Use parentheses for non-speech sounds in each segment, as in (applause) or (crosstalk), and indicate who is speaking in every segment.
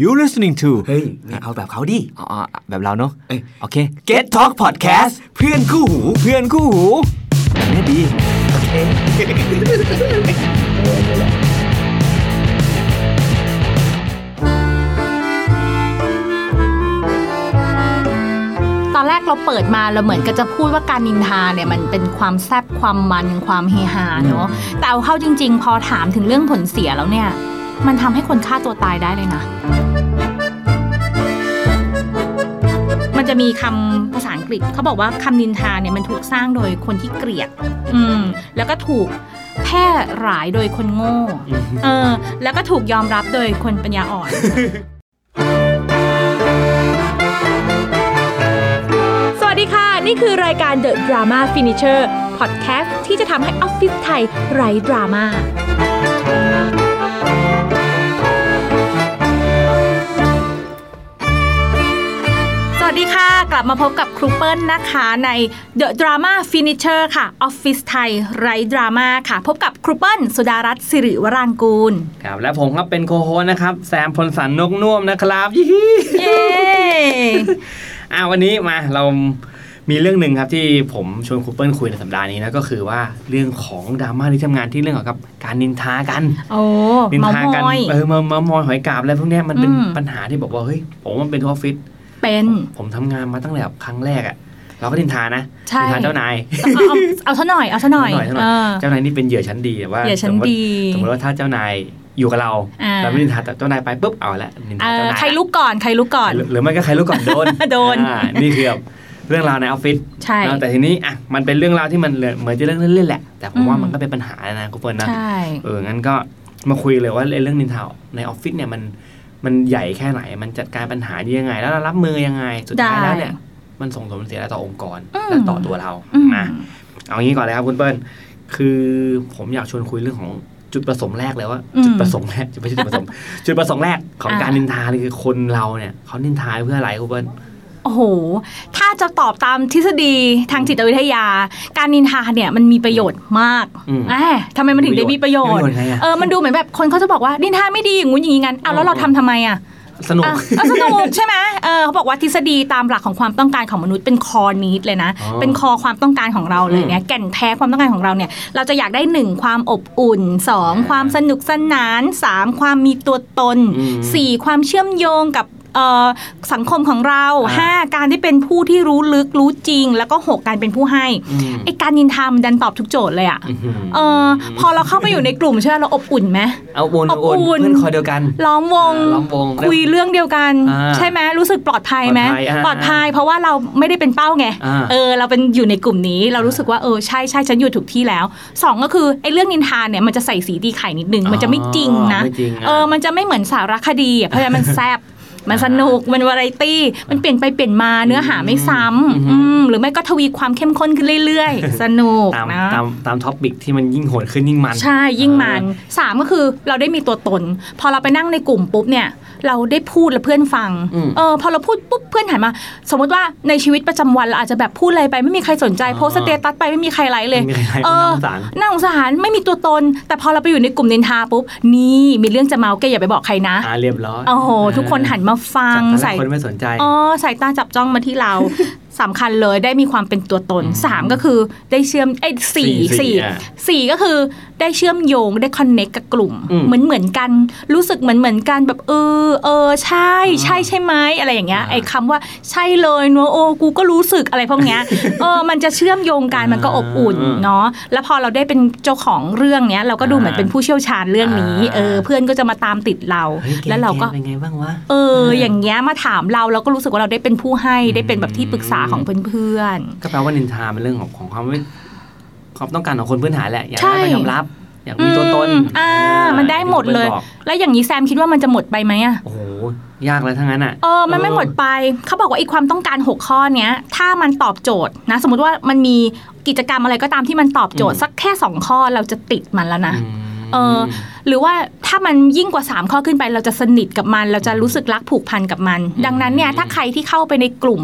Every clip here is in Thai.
Speaker 1: you listening to
Speaker 2: เฮ้ยไม่เอาแบบเขาดิ
Speaker 1: อ๋ออ๋อแบบเราเนาะ
Speaker 2: เอ้ย
Speaker 1: โอเค Get Talk Podcast เพื่อนคู่หู เพื่อนคู่หูแบบนี้ดี
Speaker 3: ตอนแรกเราเปิดมาเราเหมือนก็จะพูดว่าการนินทาเนี่ยมันเป็นความแซบความมันความเฮฮาเนาะแต่เอาเข้าจริง ๆ พอถามถึงเรื่องผลเสียแล้วเนี่ย มันทำให้คนฆ่าตัวตายได้เลยนะ มันจะมีคำภาษาอังกฤษเขาบอกว่าคำนินทาเนี่ยมันถูกสร้างโดยคนที่เกลียด อืม แล้วก็ถูกแพร่หลายโดยคนโง่ เออ แล้วก็ถูกยอมรับโดยคนปัญญาอ่อน
Speaker 4: สวัสดีค่ะ นี่คือรายการ The Drama Finisher Podcast ที่จะทำให้ออฟฟิศไทยไร้ดราม่า
Speaker 3: สวัสดีค่ะ กลับมาพบกับครูเปิ้ลนะคะใน The Drama Finisher ค่ะ ออฟฟิศไทยไร้ดราม่าค่ะ พบกับครูเปิ้ลสุดารัตน์สิริวรางกูล
Speaker 5: ครับและผมครับเป็นโคโฮสนะครับ แซมพลสันนกน่วมนะครับยี่ฮี่
Speaker 3: เย้
Speaker 5: (laughs) อ่าวันนี้มาเรามีเรื่องหนึ่งครับที่ผมชวนครูเปิ้ลคุยในสัปดาห์นี้นะก็คือว่าเรื่องของดราม่าที่ทำงานที่เรื่องเกี่ยวกับการนินทากัน
Speaker 3: โอ้
Speaker 5: นิ
Speaker 3: เมา
Speaker 5: ทากั
Speaker 3: มอย
Speaker 5: เออมามามอยหอยกาบอะไรพวกเนี้ยมันเป็น
Speaker 3: อืม
Speaker 5: ปัญหาที่บอกว่าเฮ้ยผมมันเป็นทั่วออฟฟิศ
Speaker 3: เป็น
Speaker 5: ผมทำงานมาตั้งแต่แบบครั้งแรกอะเราก็นินทานะ
Speaker 3: ใช่
Speaker 5: นินทาเจ้า
Speaker 3: เอา
Speaker 5: นาย
Speaker 3: เอาเอาซะหน่อย เอาซะหน่อย
Speaker 5: เอาซะห
Speaker 3: เอ
Speaker 5: น่อย
Speaker 3: อ
Speaker 5: เจ้านายนี่เป็นเหยื่อชั้นดีแต่ว่า
Speaker 3: อย่าฉัน
Speaker 5: สมมติ
Speaker 3: ดี
Speaker 5: สมมติว่าถ้าเจ้านายอยู่กับเรา
Speaker 3: อ่า
Speaker 5: เราไม่นินทาแต่เจ้านายไปปุ๊บเอาละนิน
Speaker 3: เอ
Speaker 5: ทา
Speaker 3: อน
Speaker 5: เจ้าาย
Speaker 3: ใคร
Speaker 5: ละ
Speaker 3: ลุกก่อน ใครลุกก่อน
Speaker 5: หรือหรือไม่ก็ใครรู้ก่อนโดน
Speaker 3: (laughs) โดน
Speaker 5: อ่านี่คือแบบเรื่องราวในออฟฟิศ
Speaker 3: ใช่
Speaker 5: แต่ทีนี้อ่ะมันเป็นเรื่องราวที่มันเหมือนจะเรื่องเล่นๆแหละ แต่ผ
Speaker 3: อื
Speaker 5: ม
Speaker 3: ม
Speaker 5: ว่ามันก็เป็นปัญหานะคุณเฟิร์นนะ
Speaker 3: ใช่
Speaker 5: เอองั้นก็มาคุยเลยว่าไอ้เรื่องนินทาในออฟฟิศเนี่ยมันมันใหญ่แค่ไหนมันจัดการปัญหายังไง แล้วเรารับมือยังไงสุดท้าย
Speaker 3: ได้
Speaker 5: แล้วเนี่ย มันส่งผลเสียอะไรต่อองค์กร
Speaker 3: อืม
Speaker 5: และต่อตัวเรา
Speaker 3: อืม
Speaker 5: นะเอางี้ก่อนเลยครับคุณเปิ้ลคือผมอยากชวนคุยเรื่องของจุดประสงค์แรกเลยว่า จุดประสงค์แรกจุดไม่ใช่จุ
Speaker 3: (laughs)
Speaker 5: ดประสงค์ จุดประสงค์แรกของการนินทาเลยคือคนเราเนี่ยเขานินทาเพื่ออะไรคุณเปิ้ล
Speaker 3: โอ้โห ถ้าจะตอบตามทฤษฎีทางจิตวิทยา การนินทาเนี่ยมันมีประโยชน์มาก
Speaker 5: อืม
Speaker 3: แหมทำไมมันถึงได้มีประโยชน์
Speaker 5: ไงอะ
Speaker 3: เออ มันดูเหมือนแบบคนเขาจะบอกว่านินทาไม่ดีอย่างงู้นอย่างงี้งั้นเอาแล้วเราทำทำไมอ่ะ
Speaker 5: สนุก
Speaker 3: อ่ะเอาสนุกใช่ไหมเออเขาบอกว่าทฤษฎีตามหลักของความต้องการของมนุษย์เป็นคอนิดเลยนะ
Speaker 5: อ๋อ
Speaker 3: เป็นคอความต้องการของเราเลย
Speaker 5: อืม
Speaker 3: เนี่ยแก่นแท้ความต้องการของเราเนี่ย เราจะอยากได้หนึ่งความอบอุ่นสองความสนุกสนานสามความมีตัวตน
Speaker 5: อืม
Speaker 3: สี่ความเชื่อมโยงกับเอ่อสังคมของเรา
Speaker 5: อ่า
Speaker 3: ห้าการที่เป็นผู้ที่รู้ลึกรู้จริง แล้วก็หกการเป็นผู้ให้
Speaker 5: อืม
Speaker 3: ไอการนินทามันดันตอบทุกโจทย์เลยอ่ะ
Speaker 5: อื้อหือ
Speaker 3: เออพอเราเข้าไปอยู่ในกลุ่มใช่ไหมเราอบอุ่นไหม
Speaker 5: เอาวน
Speaker 3: อบอุ่
Speaker 5: วน นเพื่อนคอยเดียวกัน
Speaker 3: ล้อมวง
Speaker 5: ล้อมวง
Speaker 3: คุยเรื่องเดียวกัน
Speaker 5: อ่า
Speaker 3: ใช่ไหมรู้สึกปลอดภัยไหม
Speaker 5: ปลอดภัยอ่า
Speaker 3: ปลอดภัย เพราะว่าเราไม่ได้เป็นเป้าไง
Speaker 5: อ่า
Speaker 3: เออ เราเป็นอยู่ในกลุ่มนี้เรารู้สึกว่าเออใช่ใช่ฉันอยู่ถูกที่แล้วสองก็คือไอ้เรื่องนินทานเนี่ยมันจะใส่สีดีไข่นิดนึง มันจะไม่จริงนะ
Speaker 5: ไม่จริงะ
Speaker 3: เออ มันจะไม่เหมือนสารคดีอ่ะเพราะฉะนั้นมันแซ
Speaker 5: (laughs)
Speaker 3: บ มันสนุก มันวาไรตี้ มันเปลี่ยนไปเปลี่ยนมา เนื้อหาไม่
Speaker 5: อือ
Speaker 3: ซ้ำ
Speaker 5: ฮึ
Speaker 3: อืมหรือไม่ก็ทวีความเข้มข้นขึ้นเรื่อยๆ สนุก
Speaker 5: ตาม
Speaker 3: นะ
Speaker 5: ตามตามท็อปิกที่มันยิ่งโหดขึ้นยิ่งมัน
Speaker 3: ใช่ยิ่งมันสามก็คือเราได้มีตัวตน พอเราไปนั่งในกลุ่มปุ๊บเนี่ย เราได้พูดแล้วเพื่อนฟัง
Speaker 5: อืม
Speaker 3: เออพอเราพูดปุ๊บเพื่อนหันมา สมมติว่าในชีวิตประจำวันเราอาจจะแบบพูดอะไรไปไม่มีใครสนใจ
Speaker 5: อ๋อ
Speaker 3: โพสต์สเตตัสไปไม่มีใครไลค์เลย
Speaker 5: ไม่มีใคร
Speaker 3: เออ
Speaker 5: ให้น้ำสาร
Speaker 3: น่าสงสารไม่มีตัวตน แต่พอเราไปอยู่ในกลุ่มนินทาปุ๊บนี่มีเรื่องจะเมาแกอย่าไปบอกใครนะ
Speaker 5: อ่าเรียบร้อย
Speaker 3: โอ้โหทุกคนหันมาฟัง
Speaker 5: จากตอนแร
Speaker 3: ใส่
Speaker 5: กคนไม่สนใจ
Speaker 3: อ๋อสายตาจับจ้องมาที่เรา (laughs) สำคัญเลยได้มีความเป็นตัวตน
Speaker 5: อืม
Speaker 3: สามก็คือได้เชื่อมไอ้ยสี่
Speaker 5: สี่
Speaker 3: สี่
Speaker 5: อ่ะ
Speaker 3: สี่ก็คือได้เชื่อมโยงได้คอนเน็กกับกลุ่ม
Speaker 5: อืม
Speaker 3: เหมือนเหมือนกัน รู้สึกเหมือนเหมือนกันแบบเออเออใช่ใช่ใช่ไหมอะไรอย่างเงี้ย
Speaker 5: อ่า
Speaker 3: ไอ้คำว่าใช่เลยเนอะโอ้กูก็รู้สึกอะไรพวกเนี้ย
Speaker 5: (laughs)
Speaker 3: เออมันจะเชื่อมโยงกันมันก็อบอุ่น
Speaker 5: อ่า
Speaker 3: เนาะแล้วพอเราได้เป็นเจ้าของเรื่องเนี้ยเราก็ดูเหมือนเป็นผู้เชี่ยวชาญเรื่องนี้
Speaker 5: อ่า
Speaker 3: เออเพื่อนก็จะมาตามติดเรา
Speaker 5: ฮ้ย
Speaker 3: แล้วเราก็
Speaker 5: แเป็นไงบ้างวะ
Speaker 3: เออ
Speaker 5: เออ
Speaker 3: อ
Speaker 5: อ
Speaker 3: ย่างเงี้ยมาถามเราเราก็รู้สึกว่าเราได้เป็นผู้ให้ได้เป็นแบบที่ปรึกษาของเพื่อน
Speaker 5: ก็แปลว่านินทาเป็นเรื่องของของความไม่ความต้องการของคนพื้นฐานแหละอยาก
Speaker 3: ใช่
Speaker 5: ได้ไปยอมรับ อยากมีตัวตน
Speaker 3: อืมอ่า มันได้หมดเลย
Speaker 5: ที่คุณปิ้บอก
Speaker 3: แล้วอย่างนี้แซมคิดว่ามันจะหมดไปไหมอะ
Speaker 5: โอ้โหยากเลยทั้งนั้นอ่ะ
Speaker 3: เออมันไม่หมดไปเขาบอกว่าไอ้ความต้องการ 6 ข้อเนี้ย ถ้ามันตอบโจทย์นะ สมมติว่ามันมีกิจกรรมอะไรก็ตามที่มันตอบโจทย์
Speaker 5: อืม
Speaker 3: สักแค่ 2 ข้อเราจะติดมันแล้วนะ
Speaker 5: อืม
Speaker 3: เอออหรือว่าถ้ามันยิ่งกว่า 3 ข้อขึ้นไป เราจะสนิทกับมัน เราจะรู้สึกรักผูกพันกับมัน ดังนั้นเนี่ยถ้าใครที่เข้าไปในกลุ่ม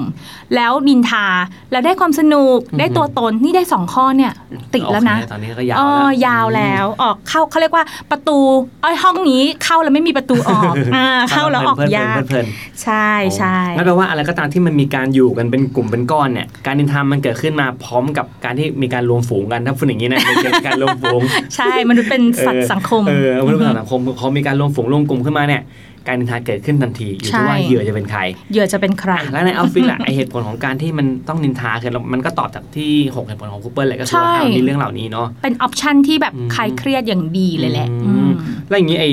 Speaker 3: แล้วดินทาแล้วได้ความสนุกได้ตัวตนนี่ได้ 2 ข้อเนี่ยติดแล้วนะ
Speaker 5: โอเคตอนนี้ก็ยาว
Speaker 3: เออ
Speaker 5: แล้วย
Speaker 3: าวแล้วออกเข้าเขาเรียกว่าประตูเอ้ยห้องนี้เข้าแล้วไม่มีประตูอ
Speaker 5: (laughs)
Speaker 3: อกอ่าเข้าแล้วออก
Speaker 5: เพลินๆ
Speaker 3: ยาก
Speaker 5: เพลินๆ
Speaker 3: ใช่ใช่
Speaker 5: นั่นแปลว่าอะไรก็ตามที่มันมีการอยู่กันเป็นกลุ่มเป็นก้อนเนี่ย การดินทามันเกิดขึ้นมาพร้อมกับการที่มีการรวมฝูงกันถ้าพูดอย่างนี้นะมัน (laughs) เป็นการรวมฝูง
Speaker 3: ใช่มนุษย์เป็นสัตว์สังคม
Speaker 5: เออเออมนุษย์เป็นสัตว์สังคมเขามีการรวมฝูงรวมกลุ่มขึ้นมาเนี่ย การดินทาเกิดขึ้นทันทีอยู่ที่ว่า
Speaker 3: ใช่
Speaker 5: เหยื่อจะเป็นใคร
Speaker 3: เหยื่อจะเป็นใคร
Speaker 5: อ่ะแล้วในออฟฟิศล่ะไอเหตุผลของการที่มันต้องนินทาคือมันก็ตอบจากที่หกเหตุผลของคูเปอร์แหละก็คือว่า
Speaker 3: ใช่
Speaker 5: ห้ามมีเรื่องเหล่านี้เนาะ
Speaker 3: เป็นออปชันที่แบบ
Speaker 5: อืม
Speaker 3: คลายเครียดอย่างดีเลยแหละ
Speaker 5: อืม
Speaker 3: อืม
Speaker 5: แล้วอย่างนี้ไอ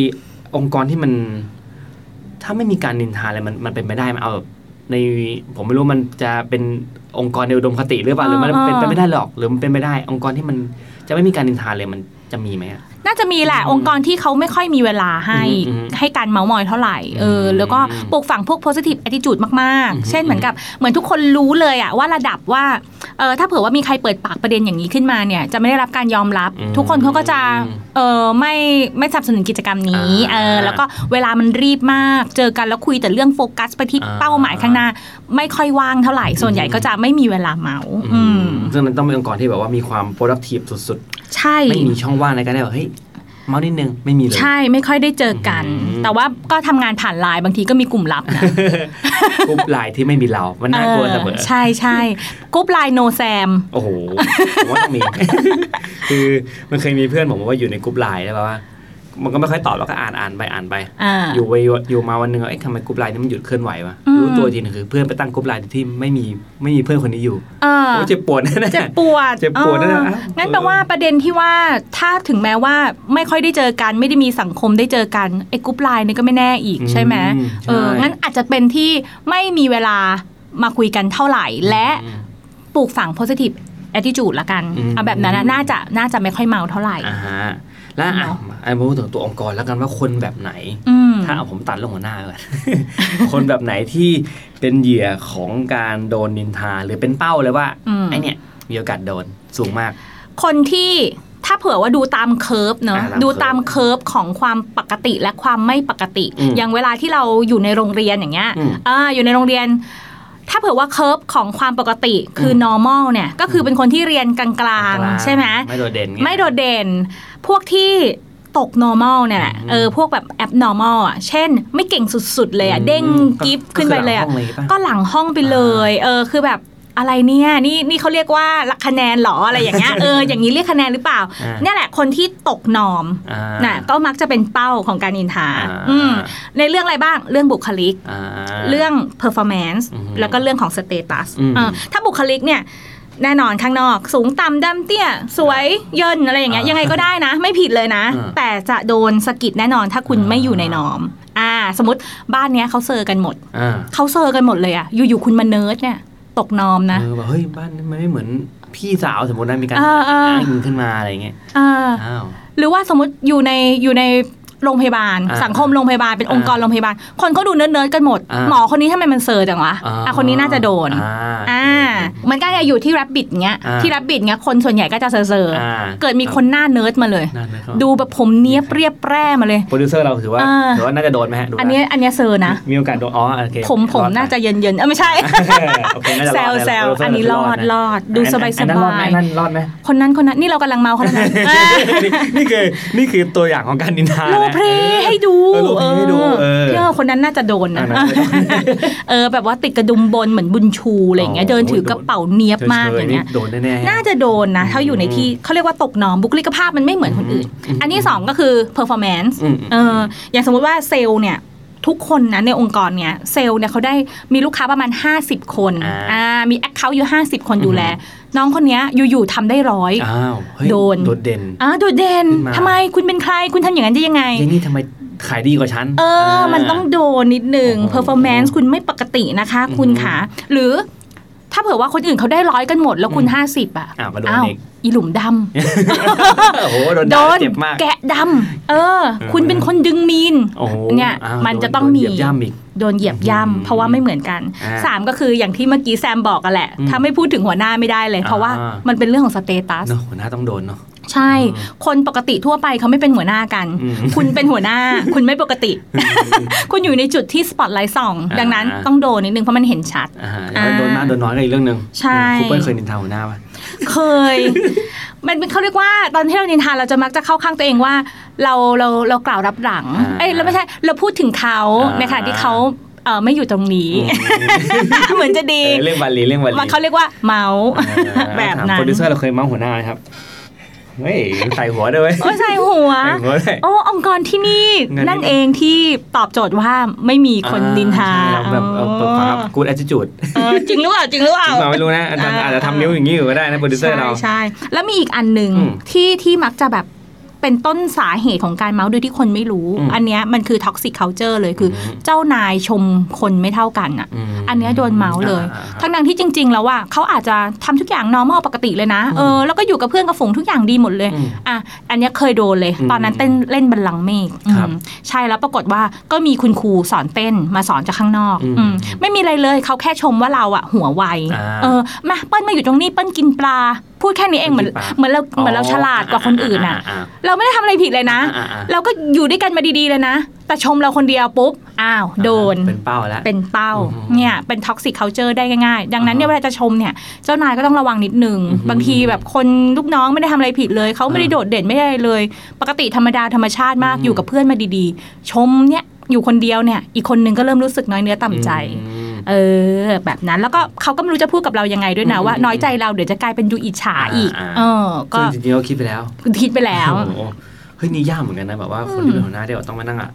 Speaker 5: องค์กรที่มัน ถ้าไม่มีการนินทาอะไรมันมันเป็นไปได้ไหมเอาแบบในผมไม่รู้มันจะเป็นองค์กรในอุดมคติหรือเปล่าหรือมัน
Speaker 3: อ่า
Speaker 5: เป็นไปไม่ได้หรอกหรือมันเป็นไปได้ องค์กรที่มันจะไม่มีการนินทาเลยมันจะมีไหมอะ
Speaker 3: น่าจะมีแหละ องค์กรที่เขาไม่ค่อยมีเวลาให้
Speaker 5: อืมอืม
Speaker 3: ให้การเมาส์มอยเท่าไหร่เอออ
Speaker 5: ม
Speaker 3: แล้วก็ปลูกฝังพวก positive attitude มาก
Speaker 5: อืม
Speaker 3: ๆ เช่นเหมือนกับเหมือนทุกคนรู้เลยอะว่าระดับว่าเออถ้าเผื่อว่ามีใครเปิดปากประเด็นอย่างนี้ขึ้นมาเนี่ยจะไม่ได้รับการยอมรับ
Speaker 5: อืม
Speaker 3: ทุกคนเขาก็จะ
Speaker 5: อืม
Speaker 3: เออไม่ไม่สนับสนุนกิจกรรมนี้
Speaker 5: อ่า
Speaker 3: เออแล้วก็เวลามันรีบมาก เจอกันแล้วคุยแต่เรื่องโฟกัสไปที่
Speaker 5: อ่า
Speaker 3: เป้าหมายข้างหน้า ไม่ค่อยว่างเท่าไหร่ส่วนใหญ่ก็จะไม่มีเวลาเมาส์อืม
Speaker 5: ซึ่งมันต้องเป็นองค์กรที่แบบว่ามีความ productive สุด
Speaker 3: ใช่
Speaker 5: ๆ ไม่มีช่องว่างในการได้แบบเฮ้ยเมานิดนึงไม่มีเลย
Speaker 3: ใช่ไม่ค่อยได้เจอกัน
Speaker 5: อืม
Speaker 3: แต่ว่าก็ทำงานผ่านไลน์บางทีก็มีกลุ่มลับนะ
Speaker 5: กรุ๊ปไลน์ที่ไม่มีเรา (laughs) มันน่ากลัวเสมอ
Speaker 3: ใช่ใช่กลุ่มไลน์โนแซม
Speaker 5: โอ้โหผมว่าต้องมี (laughs) คือมันเคยมีเพื่อนผมบอกว่าอยู่ในกลุ่มไลน์ได้ป่ะว่า มันก็ไม่ค่อยตอบแล้วก็อ่านอ่านไปอ่านไป
Speaker 3: อ่า
Speaker 5: อยู่ไปอยู่มาวันหนึ่งเอ้ยทำไมกลุ่มไลน์นี่มันหยุดเคลื่อนไหววะ
Speaker 3: อืม
Speaker 5: รู้ตัวทีนึงคือเพื่อนไปตั้งกลุ่มไลน์ที่ไม่มีไม่มีเพื่อนคนนี้อยู่
Speaker 3: เออ
Speaker 5: โอ้เจ็บปวดนะ
Speaker 3: เจ็บปวด
Speaker 5: เจ็บปวดนะ
Speaker 3: เออ
Speaker 5: เอ้างั้
Speaker 3: งั้นแปลว่าประเด็นที่ว่าถ้าถึงแม้ว่าไม่ค่อยได้เจอกัน ไม่ได้มีสังคมได้เจอกันไอ้กลุ่มไลน์นี่ก็ไม่แน่อีก
Speaker 5: อืม
Speaker 3: ใช่ไหม
Speaker 5: ใช่
Speaker 3: เอองั้นอาจจะเป็นที่ไม่มีเวลามาคุยกันเท่าไหร่และ
Speaker 5: อืม
Speaker 3: ปลูกฝัง positive attitude ละกัน
Speaker 5: อืม
Speaker 3: เอาแบบนั้นนะน่าจะน่าจะไม่ค่อยเมาเท่าไหร่
Speaker 5: อ่าฮะแล้วอ่ะ
Speaker 3: เนอะ
Speaker 5: ไอ้พูดถึงตัวองค์กรแล้วกันว่าคนแบบไหน
Speaker 3: อืม
Speaker 5: ถ้าเอาผมตัดเรื่องหัวหน้าก่อน (laughs) คนแบบไหนที่เป็นเหยื่อของการโดนนินทาหรือเป็นเป้าเลยว่า
Speaker 3: อืม
Speaker 5: ไอเนี่ยมีโอกาสโดนสูงมาก
Speaker 3: คนที่ถ้าเผื่อว่าดูตามเคิร์ฟเนอะ
Speaker 5: อ่าตามเคิร์ฟ
Speaker 3: ดูตามเคิร์ฟของความปกติและความไม่ปกติ
Speaker 5: อืม
Speaker 3: อย่างเวลาที่เราอยู่ในโรงเรียนอย่างเงี้ย
Speaker 5: อืม
Speaker 3: อ่าอยู่ในโรงเรียน ถ้าเผื่อว่าเคิร์ฟของความปกติคืออ
Speaker 5: ม
Speaker 3: normal เนี่ยก็คือเป็นคนที่เรียนกลางๆ ใช่ไหม
Speaker 5: ไม่โดดเด่นง
Speaker 3: ไม่โดดเด่น พวกที่ตก normal เนี่ยแหละ
Speaker 5: อืม
Speaker 3: เออพวกแบบ abnormal อ่ะเช่น ไม่เก่งสุดๆ เลยอ่ะเด้ง
Speaker 5: อืมก็
Speaker 3: กิฟต์ขึ้นไปเลยอ่ะ
Speaker 5: ก็คือหลังห้องเลย
Speaker 3: ก็หลังห้อง
Speaker 5: ปะ
Speaker 3: ไปเลยเออคือแบบอะไรเนี่ยนี่นี่เขาเรียกว่าหลักคะแนนเหรออะไรอย่างเงี้ยเออ
Speaker 5: (laughs)
Speaker 3: อย่างนี้เรียกคะแนนหรือเปล่า
Speaker 5: อ่า
Speaker 3: เนี่ยแหละคนที่ตกนอม
Speaker 5: อ่า
Speaker 3: น่ะก็มักจะเป็นเป้าของการนินทา
Speaker 5: อ่า
Speaker 3: อืมในเรื่องอะไรบ้างเรื่องบุคลิก
Speaker 5: อ่า
Speaker 3: เรื่อง performance
Speaker 5: อือฮึ
Speaker 3: แล้วก็เรื่องของ status
Speaker 5: อืม
Speaker 3: เออถ้าบุคลิกเนี่ยแน่นอนข้างนอก สูงต่ำดำเตี้ย สวยเยินอะไรอย่างเงี้ย
Speaker 5: อ่ายั
Speaker 3: ยังไงก็ได้นะ ไม่ผิดเลยนะ
Speaker 5: อ่า
Speaker 3: แต่จะโดนสะกิดแน่นอนถ้าคุณ
Speaker 5: อ่า
Speaker 3: ไม่อยู่ในนอมอ่าสมมติบ้านเนี้ยเขาเซอร์กันหมด
Speaker 5: อ่า
Speaker 3: เขาเซอร์กันหมดเลยอะอยู่ๆคุณมาเนิร์ดเนี่ย ตกนอมนะ
Speaker 5: เออแบบเฮ้ยบ้านนี้มันไม่เหมือนพี่สาวสมมตินะมีการ
Speaker 3: เออเอออ้
Speaker 5: งอิงขึ้นมาอะไรอย่างเงี้ย
Speaker 3: เออ
Speaker 5: อ้าว
Speaker 3: หรือว่าสมมติอยู่ในอยู่ในโรงพยาบาล
Speaker 5: อ่า
Speaker 3: สังคมโรงพยาบาลเป็น
Speaker 5: อ่า
Speaker 3: องค์กรโรงพยาบาล คนก็ดูเนิร์ดๆกันหมด
Speaker 5: อ่า
Speaker 3: หมอคนนี้ทำไมมันเซอร์จังวะอ่ะคนนี้น่าจะโดน
Speaker 5: อ่า
Speaker 3: อ่ามันก็จะอยู่ที่ rabbit เงี้ย
Speaker 5: อ่า
Speaker 3: ที่ rabbit เงี้ยคนส่วนใหญ่ก็จะเซอร์
Speaker 5: อ่า
Speaker 3: ๆเกิดมีคนหน้าเนิร์ดมาเลย
Speaker 5: นั่นนะครับ
Speaker 3: ดูแบบผมเนี้ยบเรียบแร่มาเลย
Speaker 5: โปรดิวเซอร์เราถือว่า
Speaker 3: อ่า
Speaker 5: ถือว่าน่าจะโดนไหมฮะดู
Speaker 3: อันเนี้ยอันเนี้ยเซอร์นะ
Speaker 5: มีโอกาสโดนอ๋อโอเค
Speaker 3: ผมผม
Speaker 5: รอดไป
Speaker 3: น่าจะเย็นเย็นๆเออไม่ใช่
Speaker 5: โอเคน่าจะ
Speaker 3: แซว
Speaker 5: รดะ
Speaker 3: แซว
Speaker 5: โปรดิเซ
Speaker 3: อันนี้รอด
Speaker 5: นะ
Speaker 3: รอดดูสบายส
Speaker 5: อันนั้นรอด
Speaker 3: บา
Speaker 5: ไหม
Speaker 3: ย
Speaker 5: อันนั้นรอดไหม
Speaker 3: คนนั้นคนนั้นนี่เรากำลังเมาเขาแล้วนะ
Speaker 5: นี่นี่คือนี่คือตัวอย่างของการนินทา
Speaker 3: โล
Speaker 5: นะ
Speaker 3: เพลย์ให้ดู
Speaker 5: เออโลเพลย์ให้ดูเออ
Speaker 3: เพื่อคนนั้นน่าจะโดนนะ
Speaker 5: อ่าน่าจะโดน
Speaker 3: เออ (laughs) แบบว่าติดกระดุมบนเหมือนบุญชูอะไรอย่างเงี้ย
Speaker 5: อ๋อ
Speaker 3: เดินถือกระเป๋าเนียบมาก
Speaker 5: ฉๆ
Speaker 3: อย่างเงี้ย
Speaker 5: โดนแน่ๆ
Speaker 3: น่าจะโดนนะถ้าอยู่ในที่เขาเรียกว่าตกหนอมบุคลิกภาพมันไม่เหมือนคนอื่น
Speaker 5: อืม
Speaker 3: อันที่สองก็คือ performance
Speaker 5: อืม
Speaker 3: เอออย่างสมมุติว่าเซลล์เนี่ย ทุกคนนะในองค์กรเนี่ยเซลล์เนี่ยเขาได้มีลูกค้าประมาณ 50 คน
Speaker 5: อ่า
Speaker 3: อ่ามี account อยู่ 50 คนดูแล น้องคนเนี้ยอยู่ๆทำได้ร้อย
Speaker 5: อ้าวเฮ้ย
Speaker 3: โดน
Speaker 5: โดดเด่น
Speaker 3: อ่าโดดเด่น
Speaker 5: ขึ้นมา
Speaker 3: ทำไมคุณเป็นใครคุณทำอย่างนั้นได้ยังไง
Speaker 5: เยังนี่ทำไมขายดีกว่าฉัน
Speaker 3: เออ มันต้องโดนนิดหนึ่ง
Speaker 5: โอ้โห
Speaker 3: performance คุณไม่ปกตินะคะ คุณขา หรือถ้าเผื่อว่าคนอื่นเขาได้ร้อยกันหมดแล้วคุณ
Speaker 5: อืม
Speaker 3: 50 อ่ะ
Speaker 5: อ้าวก็โดนอีก
Speaker 3: อีหลุมดำ
Speaker 5: โอ้โหโดน
Speaker 3: โด
Speaker 5: ด่าน เจ็บมาก
Speaker 3: แกะดำเออ คุณเป็นคนดึงมีน
Speaker 5: โอ้โห
Speaker 3: เนี่ย
Speaker 5: อ้าว
Speaker 3: มัน
Speaker 5: โด
Speaker 3: จะต้องมี
Speaker 5: โดนเหยียบย่ำอีก
Speaker 3: โดนเหยียบ
Speaker 5: อืม
Speaker 3: ย่ำเพราะว่าไม่เหมือนกัน
Speaker 5: อ่า
Speaker 3: สามก็คืออย่างที่เมื่อกี้แซมบอกกันแหละ
Speaker 5: อืม
Speaker 3: ถ้าไม่พูดถึงหัวหน้าไม่ได้เลย เพราะว่า
Speaker 5: อ่ามั
Speaker 3: มันเป็นเรื่องของสเตตัส
Speaker 5: เนาะหัวหน้าต้องโดนเนาะ
Speaker 3: ใช่ คนปกติทั่วไปเขาไม่เป็นหัวหน้ากัน
Speaker 5: อืม
Speaker 3: คุณเป็นหัวหน้า (laughs) คุณไม่ปกติ คุณอยู่ในจุดที่สปอตไลท์ส่อง
Speaker 5: อ่า
Speaker 3: ดังนั้นต้องโดนนิดนึงเพราะมันเห็น
Speaker 5: (laughs)
Speaker 3: ชัด
Speaker 5: อ่าฮะแล้วโดนมากโดนน้อยก็อีกเรื่องหนึ่ง
Speaker 3: ใช่
Speaker 5: ครูเปิ้ลเคยนินทาหัวหน้าปะ
Speaker 3: เคย มันเป็นเขาเรียกว่าตอนที่เรานินทาเราจะมักจะเข้าข้างตัวเองว่า เราเราเรากล่าวรับหลัง
Speaker 5: อ่า
Speaker 3: เอ้ยเราไม่ใช่เราพูดถึงเขา
Speaker 5: อ่า
Speaker 3: ในขณะที่เขาเอ่อไม่อยู่ตรงนี้ (laughs) เหมือนจะดี
Speaker 5: เออเรื่องบาลีเรื่องบาลี
Speaker 3: มันเขาเรียกว่าเมาส์
Speaker 5: อ่า
Speaker 3: แบบ
Speaker 5: ถาม
Speaker 3: นั้
Speaker 5: โปร
Speaker 3: น
Speaker 5: ดิวเซอร์เราเคยเมาหัวหน้าไหมครับเฮ้ยใส่หัวด้วยเว้ย
Speaker 3: โอ้ยใส่หัว
Speaker 5: ใส่หัวด้วย
Speaker 3: โอ้องค์กรที่นี่
Speaker 5: เงิน
Speaker 3: นั่นเองที่ตอบโจทย์ว่าไม่มีคนดินทา
Speaker 5: อ่ใช่แบบเอาแบบกูดแอจิจูด
Speaker 3: เออจริงหรือเปล่าจริงหรือเปล่า
Speaker 5: จริงเปล่าไม่รู้นะอาจารย์
Speaker 3: อ่า
Speaker 5: อาจจะทำนิ้วอย่างนี้อยู่ก็ได้นะโปรดิวเซอร์
Speaker 3: ใช่
Speaker 5: เรา
Speaker 3: ใช่แล้วมีอีกอันหนึ่ง
Speaker 5: อืม
Speaker 3: ที่ที่มักจะแบบเป็นต้นสาเหตุของการเมาส์โดยที่คนไม่รู้
Speaker 5: อืม
Speaker 3: อันเนี้ยมันคือท็อกซิ c เคาเจอร์เลยคืออ
Speaker 5: ม
Speaker 3: เจ้านายชมคนไม่เท่ากันอ่ะ
Speaker 5: ม
Speaker 3: อันเนี้ยโดนเมาส์เลย
Speaker 5: อ่าอ่า
Speaker 3: ทั้งดังๆที่จริง ๆ แล้วว่าเขาอาจจะทำทุกอย่าง normal ปกติเลยนะ เออ แล้วก็อยู่กับเพื่อนกับฝูงทุกอย่างดีหมดเลย
Speaker 5: อืม
Speaker 3: อ่ะ อันเนี้ยเคยโดนเลย
Speaker 5: อืม
Speaker 3: ตอนนั้นเต้นเล่นบัลลังก์เมฆอืม
Speaker 5: ครับ
Speaker 3: ใช่แล้วปรากฏว่าก็มีคุณครูสอนเต้นมาสอนจากข้างนอก
Speaker 5: อืม
Speaker 3: อืมไม่มีอะไรเลยเขาแค่ชมว่าเราอะหัวไว
Speaker 5: อ่า
Speaker 3: เออ มาเปิ้ลมาอยู่ตรงนี้เปิ้ลกินปลา พูดแค่นี้เองเหมือนเห
Speaker 5: เปิ้ลกินปลา
Speaker 3: มือนเราเหมือนเราฉลาดกว่าคนอื่นอะ
Speaker 5: อ่า
Speaker 3: เราไม่ได้ทำอะไรผิดเลยนะ
Speaker 5: อ่าอ่าอ่า
Speaker 3: เราก็อยู่ด้วยกันมาดีๆเลยนะ แต่ชมเราคนเดียวปุ๊บ อ้าว โดน
Speaker 5: เป็นเป้าแล้ว
Speaker 3: เป็นเป้า
Speaker 5: อืม
Speaker 3: เนี่ยเป็นท็อกซิคเคาเจอร์ได้ง่ายๆ ดังนั้นเนี่ย
Speaker 5: อ่า
Speaker 3: เวลาจะชมเนี่ยเจ้านายก็ต้องระวังนิดนึง
Speaker 5: อือหือบ
Speaker 3: างทีแบบคนลูกน้องไม่ได้ทำอะไรผิดเลย เขาไม่ได้
Speaker 5: อ่า
Speaker 3: โดดเด่นไม่ได้เลย ปกติธรรมดาธรรมชาติมาก
Speaker 5: อืม
Speaker 3: อยู่กับเพื่อนมาดีๆ ชมเนี่ยอยู่คนเดียวเนี่ยอีกคนนึงก็เริ่มรู้สึกน้อยเนื้อต่ำใจ
Speaker 5: อืม
Speaker 3: เออ แบบนั้นแล้วก็เขาก็ไม่รู้จะพูดกับเรายังไงด้วยนะ
Speaker 5: อืม
Speaker 3: ว่าน้อยใจเราเดี๋ยวจะกลายเป็นดูอิจฉา
Speaker 5: อ่า
Speaker 3: อีก
Speaker 5: อ่า
Speaker 3: เออก็
Speaker 5: ซึ่งจริงๆเราคิดไปแล้ว
Speaker 3: คิดไปแล้ว
Speaker 5: โอ้โหเฮ้ยนี่ยากเหมือนกันนะแบบว่าคนที่เป็นหัวหน้าเดี่ยวต้องมานั่งอ่ะ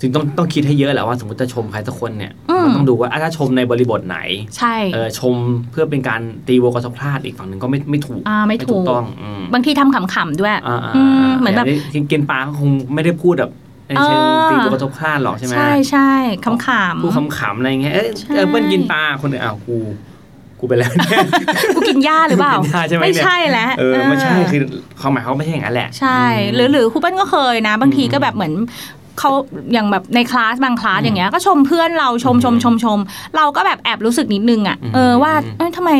Speaker 5: จริงต้องต้องคิดให้เยอะแหละว่าสมมติจะชมใครสักคนเนี่ย
Speaker 3: อืม
Speaker 5: มันต้องดูว่าอ่ะถ้าชมในบริบทไหน
Speaker 3: ใช่
Speaker 5: เออชมเพื่อเป็นการตีวงกระสอบพลาดอีกฝั่งหนึ่งก็ไม่ไม่ถูก
Speaker 3: ่าไม่ถูก
Speaker 5: ต้องอืม
Speaker 3: บางทีทำขำๆด้วย
Speaker 5: อ่าๆ
Speaker 3: อืมเหมือนแบบ
Speaker 5: ย่างที่กินปลาก็คงไม่ได้พูดแบบในเชิง
Speaker 3: เออ
Speaker 5: ตีวงกระสอบพลาดหรอกใช่ไหม
Speaker 3: ใช่ใช่ขำ
Speaker 5: พูด
Speaker 3: ๆ
Speaker 5: ขำๆอะไรเงี้ยเอ้ย
Speaker 3: ใช่
Speaker 5: เออเปิ้ลกินปลาคนอื่นอ้าวกูกูไปแล้วเนี่ย
Speaker 3: กูกินหญ้าหรือเปล่า
Speaker 5: กูกินหญ้าใช่ไหมเนี่ย
Speaker 3: ไม่ใช่แล้ว
Speaker 5: เออไม่ใช่
Speaker 3: เออ
Speaker 5: คือความหมายเขาไม่ใช่อย่างนั้นแหละ
Speaker 3: ใช่ หรือหรือครูเปิ้ลก็เคยนะ บางทีก็แบบเหมือนเขาอย่างแบบในคลาสบางคลาสอย่างเงี้ยก็ชมเพื่อนเราชมชมชมชม เราก็แบบแอบรู้สึกนิดนึงอ่ะเออว่าเอ้ยทำไม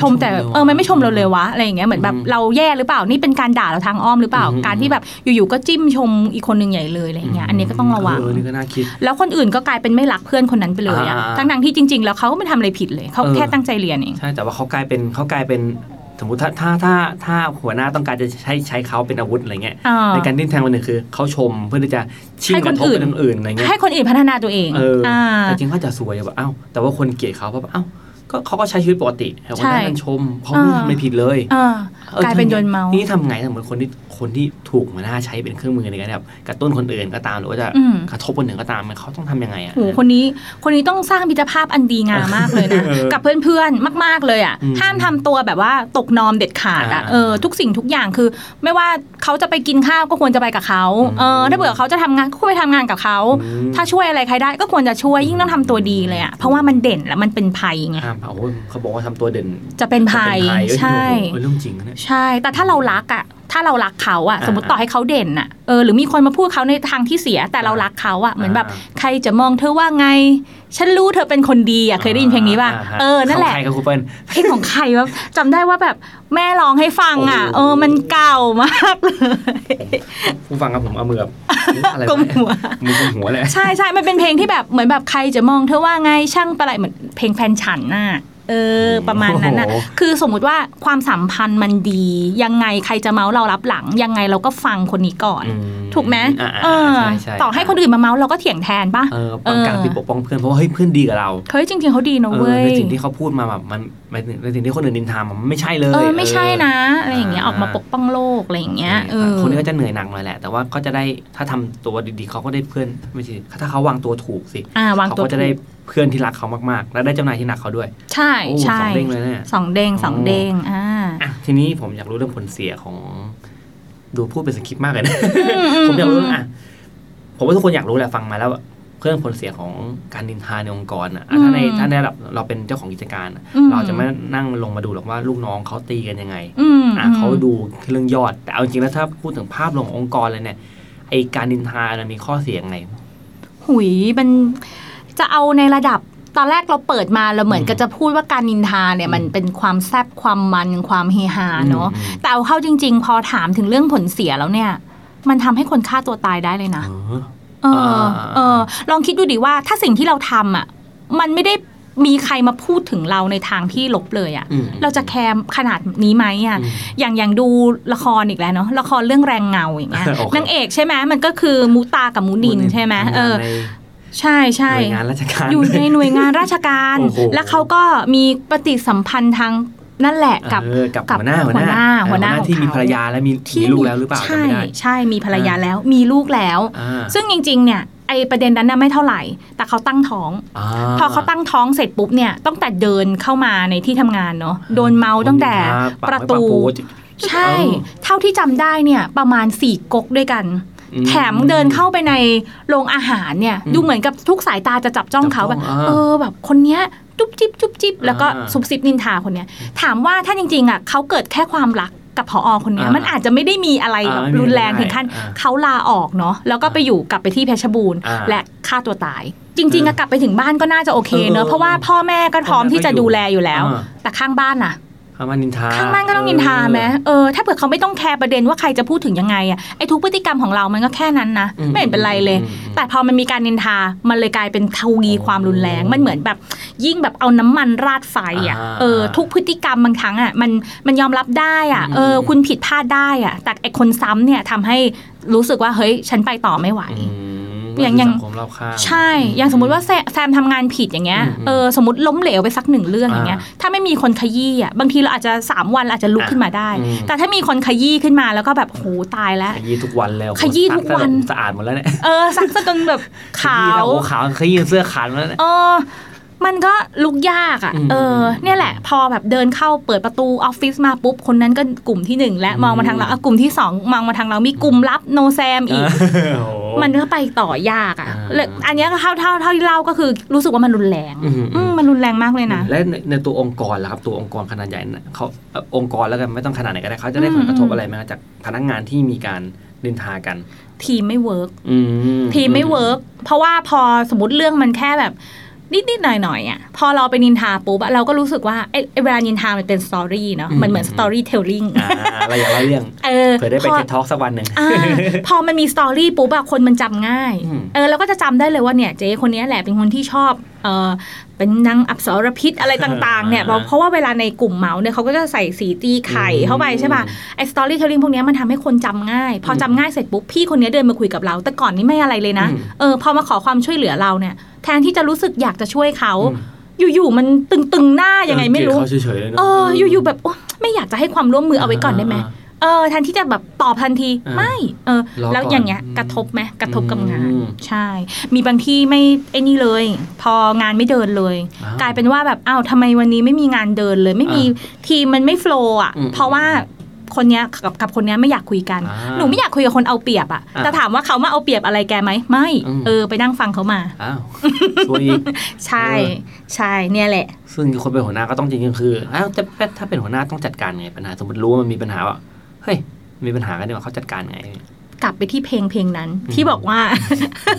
Speaker 3: ชมแต่เออมันไม่ชมเราเลยวะอะไรอย่างเงี้ยเหมือนแบบเราแย่หรือเปล่านี่เป็นการด่าเราทางอ้อมหรือเปล่า การที่แบบอยู่ๆก็จิ้มชมอีกคนหนึ่งใหญ่เลยอะไรอย่างเงี้ยอันนี้ก็ต้องระวัง
Speaker 5: เออนี่ก็น่าคิด
Speaker 3: แล้วคนอื่นก็กลายเป็นไม่รักเพื่อนคนนั้นไปเลยอะ
Speaker 5: อ่า
Speaker 3: ทั้งๆที่จริง ๆ แล้วเขาก็ไม่ทำอะไรผิดเลยเขา
Speaker 5: เออ
Speaker 3: แค่ตั้งใจเรียนเอง
Speaker 5: ใช่แต่ว่าเขากลายเป็นเขากลายเป็นสมมติถ้าถ้าถ้าถ้าหัวหน้าต้องการจะใช้ใช้เขาเป็นอาวุธอะไรเงี้ย
Speaker 3: อ่า
Speaker 5: ในการดิ้นแทงคนหนึ่งคือเขาชมเพื่อที่จะชิง
Speaker 3: ให้
Speaker 5: ก
Speaker 3: คน
Speaker 5: ระทบ
Speaker 3: อื่น
Speaker 5: กับคนอื่นอะไรเงี้ย
Speaker 3: ให้คนอื่นพัฒนาตัวเอง
Speaker 5: เอออา แต่จริงเขาจะสวยแบบเอ้าแต่ว่าคนเกลียดเขาเพราะแบบเอ้าก็เขาก็ใช้ชีวิตปกติแต่คน
Speaker 3: ใช่
Speaker 5: นั้นมันชมเขาไม่
Speaker 3: อ่า
Speaker 5: ทำอะไรผิดเลย
Speaker 3: เออ
Speaker 5: ออก
Speaker 3: ลายเป็นโยนเมาส์
Speaker 5: นี่ทำไงสมมติคนที่คนที่ถูกหัวหน้าใช้เป็นเครื่องมือในการแบบกระตุ้นคนอื่นก็ตามหรือว่าจะ
Speaker 3: อืม
Speaker 5: กระทบคนอื่นก็ตามมันเขาต้องทำยังไงอ่ะ
Speaker 3: โหคนนี้คนนี้ต้องสร้างมิตรภาพอันดีงามมากเลยนะ
Speaker 5: เออ
Speaker 3: กับเพื่อนๆ มากๆเลยอ่ะ
Speaker 5: อืม
Speaker 3: ห้ามทำตัวแบบว่าตกนอมเด็ดขาดอ่ะ
Speaker 5: อ่า
Speaker 3: เออทุกสิ่งทุกอย่างคือ ไม่ว่าเขาจะไปกินข้าวก็ควรจะไปกับเขา
Speaker 5: อืม
Speaker 3: เออถ้าเบื่อเขาจะทำงานก็ควรไปทำงานกับเขา
Speaker 5: อืม
Speaker 3: ถ้าช่วยอะไรใครได้ก็ควรจะช่วยยิ่งต้องทำตัวดีเลยอ่ะเพราะว่ามันเด่นและมันเป็นภัยไง
Speaker 5: ห้ามเอาโอ้ยเขาบอกว่าทำตัวเด่น
Speaker 3: จะเป็นภัย
Speaker 5: เป็นเอ้ย
Speaker 3: ใช่
Speaker 5: โอ้โหเอ้ยเรื่องจริงนะเนี่ย
Speaker 3: ใช่ แต่ถ้าเรารักอะถ้าเรารักเขาอะ
Speaker 5: อ่า
Speaker 3: สมมติต่อให้เขาเด่นอะเออ หรือมีคนมาพูดเขาในทางที่เสีย แต่เรารักเขาอะเหมือนแบบ
Speaker 5: อ่า
Speaker 3: ใครจะมองเธอว่าไง ฉันรู้เธอเป็นคนดีอะเคยได้ยินเพลงนี้ป่ะ
Speaker 5: อ่าฮ
Speaker 3: เออ นั่นแห
Speaker 5: ข
Speaker 3: ละ
Speaker 5: องใครครับครูเปิ้ล
Speaker 3: เพลงของใครวะจำได้ว่าแบบแม่ร้องให้ฟังอะ
Speaker 5: โอ้
Speaker 3: เออ
Speaker 5: โห
Speaker 3: มันเก่ามากเลย
Speaker 5: ผู้ฟังครับผมเอามือแบบอะไร
Speaker 3: (laughs) กลมหัว
Speaker 5: มือกลมหัวแหละ
Speaker 3: ใช่ใช่มันเป็นเพลงที่แบบเหมือนแบบใครจะมองเธอว่าไงช่างประไรเหมือนเพลงแฟนฉันน่ะเออ ประมาณนั้นน่ะ
Speaker 5: โอ้โห
Speaker 3: คือสมมุติว่าความสัมพันธ์มันดี ยังไงใครจะเมาส์เรารับหลัง ยังไงเราก็ฟังคนนี้ก่อน
Speaker 5: อืม
Speaker 3: ถูกไหม
Speaker 5: อ่าๆ
Speaker 3: เออ
Speaker 5: ใช่ใช่
Speaker 3: ต่อให้คนอื่นมาเมาส์เราก็เถียงแทนป่ะ
Speaker 5: เออป้องกันปิดปกป้องเพื่อนเพราะว่าเฮ้ยเพื่อนดีกับเรา
Speaker 3: เฮ้ยจริง ๆเขาดีนะ
Speaker 5: เออ
Speaker 3: เว้ย
Speaker 5: ในสิ่งที่เขาพูดมาแบบมันในในสิ่งที่คนอื่นนินทามันไม่ใช่เลย
Speaker 3: เออไม่ใช่
Speaker 5: เออ
Speaker 3: นะอะไรอย่างเงี้ย
Speaker 5: อ่า
Speaker 3: ออกมาปกป้องโลกอะไรอย่างเงี้ยเออ
Speaker 5: คนนี้ก็จะเหนื่อยหนักหน่อยแหละ แต่ว่าก็จะได้ถ้าทำตัวดีๆเขาก็ได้เพื่อนไม่ใช่ถ้าเขาวางตัวถูกสิ
Speaker 3: อ่าวาง
Speaker 5: เขา
Speaker 3: ตัว
Speaker 5: ก็จะได้เพื่อนที่รักเขามากๆ และได้เจ้านายที่รักเขาด้วย
Speaker 3: ใช่
Speaker 5: โอ้ส
Speaker 3: ใช่
Speaker 5: องเด้งเลยเนี่ย
Speaker 3: สองเด้งสองเด้งอ่า
Speaker 5: อ่ะทีนี้ผมอยากรู้เรื่องผลเสียของ ดูพูดเป็นสคริปต์มากเลยนะผมอยากรู้เรื่องอ่ะผมว่าทุกคนอยากรู้แหละฟังมาแล้วเพื่อนผลเสียของการนินทาในองค์กรอ่ะอ่ะถ้าใน
Speaker 3: อืม
Speaker 5: ถ้าในระดับเราเป็นเจ้าของกิจการอ่ะ
Speaker 3: อืม
Speaker 5: เราจะไม่นั่งลงมาดูหรอกว่าลูกน้องเขาตีกันยังไง
Speaker 3: อืม
Speaker 5: อ่ะเขาดูเรื่องยอด แต่เอาจริงๆแล้วถ้าพูดถึงภาพรวมขององค์กรเลยเนี่ยไอการดินทามันมีข้อเสียงไง
Speaker 3: หุยมันจะเอาในระดับ ตอนแรกเราเปิดมาเราเหมือนก็จะพูดว่าการนินทาเนี่ยมันเป็นความแซบความมันความเฮฮาเนาะ
Speaker 5: อืม
Speaker 3: แต่เอาเข้าจริง ๆ พอถามถึงเรื่องผลเสียแล้วเนี่ย มันทำให้คนฆ่าตัวตายได้เลยนะ
Speaker 5: อ๋อ
Speaker 3: เออ
Speaker 5: อ่า
Speaker 3: เออ ลองคิดดูดิว่าถ้าสิ่งที่เราทำอ่ะ มันไม่ได้มีใครมาพูดถึงเราในทางที่ลบเลยอ่ะ
Speaker 5: อืม
Speaker 3: เราจะแคร์ขนาดนี้ไหมอ่ะ
Speaker 5: อืม
Speaker 3: อย่างอย่างดูละครอีกแล้วเนาะ ละครเรื่องแรงเงาอย่างเงี้ย
Speaker 5: โอเคน
Speaker 3: างเอกใช่ไหมมันก็คือมูตากับมูนินใช่ไหมเออ ใช่ใช่
Speaker 5: ในหน่วยงานราชการ
Speaker 3: อยู่ในหน่วยงานราชการ
Speaker 5: โอ้โห
Speaker 3: แล้วเขาก็มีปฏิสัมพันธ์ทางนั่นแหละกับ
Speaker 5: เออกับ
Speaker 3: กับ
Speaker 5: หัวหน้า
Speaker 3: หัวหน้า
Speaker 5: เออ
Speaker 3: หัวหน้า
Speaker 5: ที่
Speaker 3: ของ
Speaker 5: มี
Speaker 3: เขา
Speaker 5: ภรรยาและมีมีลูกแล้วหรือเปล่าจำ
Speaker 3: ใช่
Speaker 5: ไม่ได้
Speaker 3: ใช่มีภรรยาแล้วมีลูกแล้ว
Speaker 5: อ่า
Speaker 3: ซึ่งจริงๆ เนี่ยไอประเด็นนั้นน่ะไม่เท่าไหร่ แต่เขาตั้งท้อง
Speaker 5: า
Speaker 3: พอเขาตั้งท้องเสร็จปุ๊บเนี่ยตั้งแต่เดินเข้ามาในที่ทำงานเนาะโดนเมาตั้งแต่ประตู ใช่
Speaker 5: เออ
Speaker 3: เท่าที่จำได้เนี่ยประมาณสี่ก๊กด้วยกัน
Speaker 5: อืม
Speaker 3: แถมเดินเข้าไปในโรงอาหารเนี่ย
Speaker 5: อืม
Speaker 3: ดูเหมือนกับทุกสายตาจะจับจ้องเขา
Speaker 5: จับจ้
Speaker 3: แบ
Speaker 5: อบ งอ่า
Speaker 3: เออแบบคนเนี้ยจุ๊บจิ๊บจุ๊บจิ๊บแล้วก็
Speaker 5: อ่า
Speaker 3: ซุบซิบนินทาคนเนี้ยถามว่าถ้าจริงๆอ่ะเขาเกิดแค่ความรักกับพออคนเนี้ย
Speaker 5: อ่ามั
Speaker 3: มันอาจจะไม่ได้มีอะไร
Speaker 5: อ่า
Speaker 3: แบบ
Speaker 5: ไม่มี
Speaker 3: รุนแรง
Speaker 5: อะไร
Speaker 3: ถึงขั้น
Speaker 5: อ่า
Speaker 3: เขาลาออกเนาะแล้วก็ไปอยู่กลับไปที่เพชรบูรณ์
Speaker 5: อ่า
Speaker 3: และฆ่าตัวตาย จริงๆอะกลับไปถึงบ้านก็น่าจะโอเคเนอะ
Speaker 5: เออ
Speaker 3: เพราะว่าพ่อแม่ก็พร้อมที่จะดูแลอยู่แล้ว
Speaker 5: อ่า
Speaker 3: แต่ข้างบ้านน่ะ
Speaker 5: ข้างบ้านนินทา
Speaker 3: ข้างบ้านก็ต้องนินทาไหมเออ ถ้าเผื่อเขาไม่ต้องแคร์ประเด็นว่าใครจะพูดถึงยังไงอะไอ้ทุกพฤติกรรมของเรามันก็แค่นั้นนะ
Speaker 5: อื
Speaker 3: ไม่เห็นเป็นไรเลย
Speaker 5: อืม
Speaker 3: แต่พอมันมีการนินทา มันเลยกลายเป็นทวีความรุนแรง
Speaker 5: อ๋อ
Speaker 3: มันเหมือนแบบยิ่งแบบเอาน้ำมันราดไฟอ่ะ
Speaker 5: อ่า
Speaker 3: เออ ทุกพฤติกรรมบางครั้งอ่ะ มันมันยอมรับได้อ่ะ
Speaker 5: อืม
Speaker 3: เออ คุณผิดพลาดได้อ่ะ แต่ไอ้คนซ้ำเนี่ยทำให้รู้สึกว่าเฮ้ย ฉันไปต่อไม่ไหว
Speaker 5: ม
Speaker 3: อย่างอย่าง
Speaker 5: สังคมรอบข้าง
Speaker 3: ใช่ อย่างสมมุติว่าแซแซมทำงานผิดอย่างเงี้ย
Speaker 5: อืมอืม
Speaker 3: เออ สมมติล้มเหลวไปสักหนึ่งเรื่องอย่างเงี้ย
Speaker 5: อ่
Speaker 3: ถ้าไม่มีคนขยี้อ่ะ บางทีเราอาจจะสามวันเราอาจจะลุก
Speaker 5: อ่ะ
Speaker 3: ขึ้นมาได้
Speaker 5: อืม
Speaker 3: แต่ถ้ามีคนขยี้ขึ้นมาแล้วก็แบบโหตายแล้ว
Speaker 5: ขยี้ทุกวันแล้ว
Speaker 3: ขยี้ทุกวัน
Speaker 5: สะอาดหมดแล้วเนี่ย
Speaker 3: เออซักซะจนแบบขาว
Speaker 5: ขยี้แล้วโอ้ขาวขยี้เสื้อขาดหมดแล้วเนี่ย
Speaker 3: เออ มันก็ลุกยากอ่ะ
Speaker 5: อืม
Speaker 3: เออ เนี่ยแหละ พอแบบเดินเข้าเปิดประตูออฟฟิศมาปุ๊บ คนนั้นก็กลุ่มที่หนึ่งและ
Speaker 5: อืม
Speaker 3: มองมาทางเราอ่ะกลุ่มที่สองมองมาทางเรา มีกลุ่มลับโนแซมอีก
Speaker 5: โอ้โห
Speaker 3: มันก็ไปต่อยากอ่ะ
Speaker 5: อ่า
Speaker 3: เลยอันเนี้ยก็เท่าเท่าเท่าที่เล่าก็คือรู้สึกว่ามันรุนแรง
Speaker 5: อืม
Speaker 3: อืมมันรุนแรงมากเลยนะ
Speaker 5: และในในตัวองค์กรล่ะครับตัวองค์กรขนาดใหญ่น่ะเขาเอ่อองค์กรแล้วกันไม่ต้องขนาดไหนก็ได้เขาจะได้ผลกระทบ
Speaker 3: อืม
Speaker 5: อะไรไหมครับจากพนักงานที่มีการนินทากัน
Speaker 3: ทีมไม่เวิร์ก
Speaker 5: อื
Speaker 3: ทีมไม่เวิร์กเพราะว่าพอสมมติเรื่องมันแค่แบบ นิดๆหน่อยๆอ่ะพอเราไปนินทาปุ๊บอะเราก็รู้สึกว่าเอ้ยไอ้เวลานินทามันเป็นสตอรี่เนาะมันเหมือนสตอรี่เทลลิ่ง
Speaker 5: อ่าอะไรอย่างละเรื่อง
Speaker 3: เออ
Speaker 5: เผื่อได้ไป
Speaker 3: พอ
Speaker 5: เท็ตท็อกสักวันหนึ่ง
Speaker 3: อ่าพอมันมีสตอรี่ปุ๊บอะคนมันจำง่าย
Speaker 5: อืม
Speaker 3: เออเราก็จะจำได้เลยว่าเนี่ยเจ๊คนเนี้ยแหละเป็นคนที่ชอบเออเป็นนางอับสรพิษอะไรต่างๆเนี่ยเพราะเพราะว่าเวลาในกลุ่มเมาส์เนี่ยเขาก็จะใส่สีตีไข่เข้าไปใช่ป่ะ ไอ้สตอรี่เทลลิ่งพวกเนี้ยมันทำให้คนจำง่าย พอจำง่ายเสร็จปุ๊บ พี่คนเนี้ยเดินมาคุยกับเรา แต่ก่อนนี้ไม่อะไรเลยนะ
Speaker 5: อืม
Speaker 3: เออ พอมาขอความช่วยเหลือเราเนี่ย แทนที่จะรู้สึกอยากจะช่วยเขา
Speaker 5: อืม
Speaker 3: อยู่ๆมันตึงๆหน้ายังไงไม่รู้
Speaker 5: เกลียดเขาเฉยๆเลยนะ
Speaker 3: เออ อยู่ๆแบบโอ๊ยไม่อยากจะให้ความร่วมมือเอาไว้ก่อนได้ไหมเออ แทนที่จะแบบตอบทันที
Speaker 5: อ่า
Speaker 3: ไม่ เออ
Speaker 5: รอก่อน
Speaker 3: แล้วอย่างเงี้ยกระทบไหมกระทบกับงาน
Speaker 5: อืม
Speaker 3: ใช่ มีบางที่ไม่ไอ้นี่เลย พองานไม่เดินเลย
Speaker 5: อ้าว
Speaker 3: กลายเป็นว่าแบบอ้าวทำไมวันนี้ไม่มีงานเดินเลย ไม่มีทีมมันไม่โฟล์อ่ะ
Speaker 5: อืม
Speaker 3: เพราะว่าคนเนี้ยกับกับคนเนี้ยไม่อยากคุยกัน
Speaker 5: อ่า
Speaker 3: หนูไม่อยากคุยกับคนเอาเปรียบอ่ะ
Speaker 5: อ่า
Speaker 3: แต่ถามว่าเขามาเอาเปรียบอะไรแกไหมไม่
Speaker 5: อืม
Speaker 3: เออ ไปนั่งฟังเขามา
Speaker 5: อ้าวส่วนอีก
Speaker 3: ใช่
Speaker 5: เออ
Speaker 3: ใช่ เนี่ยแหละ
Speaker 5: ซึ่งคนเป็นหัวหน้าก็ต้องจริงๆคืออ้าวแต่แต่ถ้าเป็นหัวหน้าต้องจัดการไงปัญหาสมมติรู้ว่ามันมีปัญหาว่าเฮ้ยมีปัญหากันดีกว่าเขาจัดการไง
Speaker 3: กลับไปที่เพลงเพลงนั้น
Speaker 5: อืม
Speaker 3: ที่บอกว่า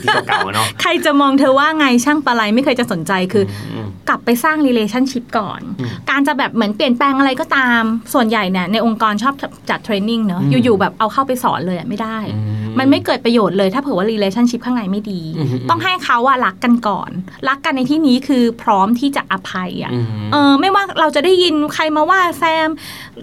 Speaker 5: ที่เก่าๆเนาะ
Speaker 3: ใครจะมองเธอว่าไงช่างปลาไหลไม่เคยจะสนใจคืออ
Speaker 5: ม
Speaker 3: กลับไปสร้าง relationship ก่อน
Speaker 5: อืม
Speaker 3: การจะแบบเหมือนเปลี่ยนแปลงอะไรก็ตาม ส่วนใหญ่เนี่ยในองค์กรชอบจัดเทรนนิ่งเนอะ
Speaker 5: อืม
Speaker 3: อยู่ ๆ แบบเอาเข้าไปสอนเลยอะไม่ได้
Speaker 5: อื
Speaker 3: มันไม่เกิดประโยชน์เลยถ้าเผื่อว่า relationship ข้างในไม่ดี
Speaker 5: อืมอืม
Speaker 3: ต้องให้เขาอะรักกันก่อน รักกันในที่นี้คือพร้อมที่จะอภัยอะ
Speaker 5: อืม
Speaker 3: เออไม่ว่าเราจะได้ยินใครมาว่าแซม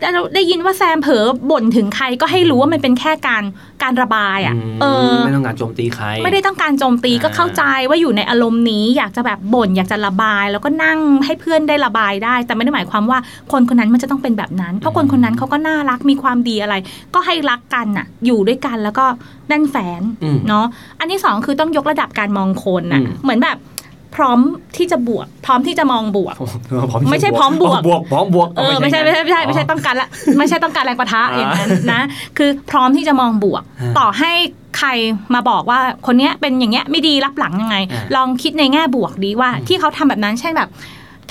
Speaker 3: ได้ได้ยินว่าแซมเผลอบ่นถึงใครก็ให้รู้ว่ามันเป็นแค่การการระบายอะ่ะ
Speaker 5: ม
Speaker 3: เออ
Speaker 5: ไม่ต้องการโจมตีใคร
Speaker 3: ไม่ได้ต้องการโจมตี
Speaker 5: อ่า
Speaker 3: ก็เข้าใจว่าอยู่ในอารมณ์นี้อยากจะแบบบ่นอยากจะระบาย แล้วก็นั่งให้เพื่อนได้ระบายได้ แต่ไม่ได้หมายความว่าคนคนนั้นมันจะต้องเป็นแบบนั้น เพราะคนคนนั้นเขาก็น่ารักมีความดีอะไร ก็ให้รักกันน่ะ อยู่ด้วยกันแล้วก็แนั่นแฟน
Speaker 5: อืม
Speaker 3: เนาะอันที่สองคือต้องยกระดับการมองคนน่ะ
Speaker 5: อืม
Speaker 3: เหมือนแบบพร้อมที่จะบวก พร้อมที่จะมองบวก ไม่ใช่พร้อมบวก
Speaker 5: พร้อมบวกพร้อมบวก
Speaker 3: เออไม่ใช่ไม่ใช่ไม่ใช่ไม่ใช่
Speaker 5: อ๋อ
Speaker 3: ต้องการละ (laughs) ไม่ใช่ต้องการแรงประทะ
Speaker 5: อ่า
Speaker 3: อย่างนั้นนะ คือพร้อมที่จะมองบวก
Speaker 5: ฮะ
Speaker 3: ต่อให้ใครมาบอกว่าคนเนี้ยเป็นอย่างเงี้ยไม่ดีรับหลังยังไง
Speaker 5: อ่า
Speaker 3: ลองคิดในแง่บวกดีว่า ที่เขาทำแบบนั้นเช่นแบบ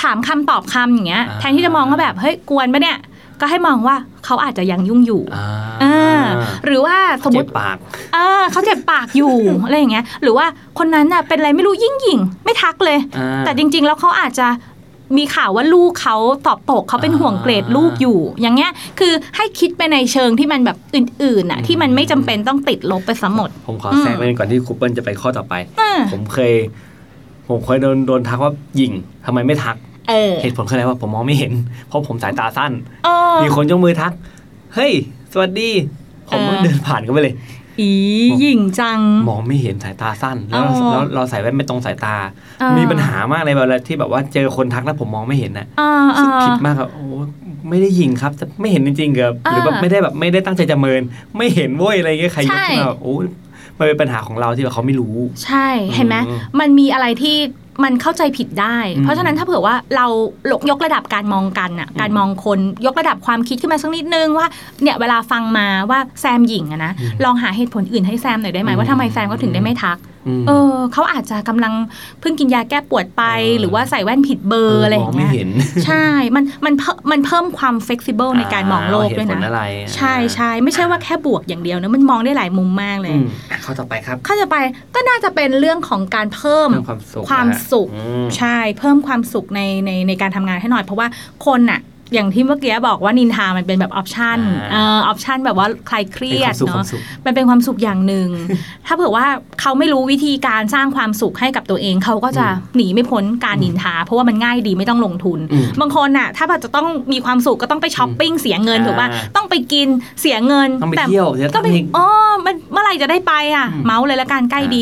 Speaker 3: ถามคำตอบคำอย่างเงี้ย
Speaker 5: อ่า
Speaker 3: แทนที่จะมองว่าแบบเฮ้ยกวนปะเนี่ยก็ให้มองว่าเขาอาจจะยังยุ่งอยู่
Speaker 5: อ่า
Speaker 3: เออ
Speaker 5: า
Speaker 3: หรือว่าสมม
Speaker 5: เจ็บ
Speaker 3: ติ
Speaker 5: ปาก
Speaker 3: เออเขาเจ็บปาก
Speaker 5: (laughs)
Speaker 3: อยู่ อะไรอย่างเงี้ย หรือว่าคนนั้นน่ะเป็นอะไรไม่รู้ยิ่งหยิ่งไม่ทักเลย
Speaker 5: อ่า
Speaker 3: แต่จริง ๆ แล้วเขาอาจจะมีข่าวว่าลูกเขาตอบตกเขาเป็นห่วงเกรดลูกอยู่ อย่างเงี้ยคือให้คิดไปในเชิงที่มันแบบอื่นๆน่ะ
Speaker 5: อืม
Speaker 3: ที่มันไม่จำเป็นต้องติดลบไปซะหมด
Speaker 5: ผมขอ
Speaker 3: อืม
Speaker 5: แทรกไปก่อนที่ครูเปิ้ลจะไปข้อต่อไป
Speaker 3: เออ
Speaker 5: ผมเคย ผมเคยโดนโดนทักว่าหยิงทำไมไม่ทัก
Speaker 3: เออ
Speaker 5: เหตุผลคืออะไรว่าผมมองไม่เห็น เพราะผมสายตาสั้น
Speaker 3: เออ
Speaker 5: มีคนยกมือทัก เฮ้ย สวัสดี ผม
Speaker 3: เอ
Speaker 5: ก็
Speaker 3: อ
Speaker 5: เดินผ่านก็ไปเลย
Speaker 3: อีหยิ่งจัง
Speaker 5: มองไม่เห็นสายตาสั้น แล้ว
Speaker 3: อ๋อ
Speaker 5: แล้วเราใส่แว่นไม่ตรงสายตา
Speaker 3: เออ
Speaker 5: มีปัญหามากเลยแบบที่แบบว่าเจอคนทักแล้วผมมองไม่เห็นน่ะ
Speaker 3: เออเอ
Speaker 5: ซึ่ง
Speaker 3: อ
Speaker 5: ผิดมากครับโอ้ไม่ได้ยิงครับแต่ไม่เห็นจริงๆครับหรือแบบ
Speaker 3: อ่า
Speaker 5: ไม่ได้แบบไม่ได้ตั้งใจจะเมิน ไม่เห็นเว้ยอะไรเงี้ยใครยก
Speaker 3: ใช่
Speaker 5: ขึ้นมาแบบโอ้มันเป็นปัญหาของเราที่แบบเขาไม่รู้
Speaker 3: ใช่เห็นไหม
Speaker 5: อืม
Speaker 3: มันมีอะไรที่มันเข้าใจผิดได้
Speaker 5: อืม
Speaker 3: เพราะฉะนั้นถ้าเผื่อว่าเราลกยกระดับการมองกันอ่ะการมองคนยกระดับความคิดขึ้นมาสักนิดนึงว่าเนี่ยเวลาฟังมาว่าแซมหญิงอะนะ
Speaker 5: อืม
Speaker 3: ลองหาเหตุผลอื่นให้แซมหน่อยได้ไหม
Speaker 5: อืม
Speaker 3: ว่าทำไมแซมเขาถึงได้ไม่ทัก
Speaker 5: ม
Speaker 3: เออเขาอาจจะกำลังเพิ่งกินยาแก้ปวดไป
Speaker 5: เออ
Speaker 3: หรือว่าใส่แว่นผิดเบอร์อะไรอ
Speaker 5: ม
Speaker 3: ย่าง
Speaker 5: ไม่
Speaker 3: เงี้ย
Speaker 5: เห็น
Speaker 3: ใช่ มันมันเพิ่มมันเพิ่มความ flexible ในการมองโลกด้วย
Speaker 5: เหตุผ
Speaker 3: นะ
Speaker 5: ลอะไร
Speaker 3: ใช่ใช่ไม่ใช่ว่าแค่บวกอย่างเดียวนะมันมองได้หลายมุมมากเลย
Speaker 5: อืมอ่ะข้อต่อไปครับ
Speaker 3: ข้อต่อไปก็น่าจะเป็นเรื่องของการเพิ่ม
Speaker 5: เรื่องความสุข
Speaker 3: ความ
Speaker 5: นะฮะ
Speaker 3: สุข
Speaker 5: อืม
Speaker 3: ใช่เพิ่มความสุขในในในการทำงานให้หน่อย เพราะว่าคนอะอย่างที่เมื่อกี้บอกว่านินทามันเป็นแบบออปชัน
Speaker 5: อ่า
Speaker 3: เออออปชันแบบว่าใครเครียด
Speaker 5: เป็นความสุขค
Speaker 3: เนาะ
Speaker 5: วามสุข
Speaker 3: มันเป็นความสุขอย่างหนึ่ง ถ้าเผื่อว่าเขาไม่รู้วิธีการสร้างความสุขให้กับตัวเอง เขาก็จะหนีไม่พ้นการนินทา เพราะว่ามันง่ายดีไม่ต้องลงทุน
Speaker 5: อืม
Speaker 3: บางคนอะถ้าแบบจะต้องมีความสุขก็ต้องไปช้อปปิ้งเสียเงิน
Speaker 5: อ่า
Speaker 3: ถูกป่ะต้องไปกินเสียเงิน
Speaker 5: ต้องไป
Speaker 3: แต่
Speaker 5: เที่ยวเดี๋ยว
Speaker 3: ก็
Speaker 5: ต้อง
Speaker 3: ไป
Speaker 5: มี
Speaker 3: อ๋อมันเมื่อไหร่จะได้ไปอ่ะ
Speaker 5: อืม
Speaker 3: เมาส์เลยละกันใกล้
Speaker 5: อ่า
Speaker 3: ดี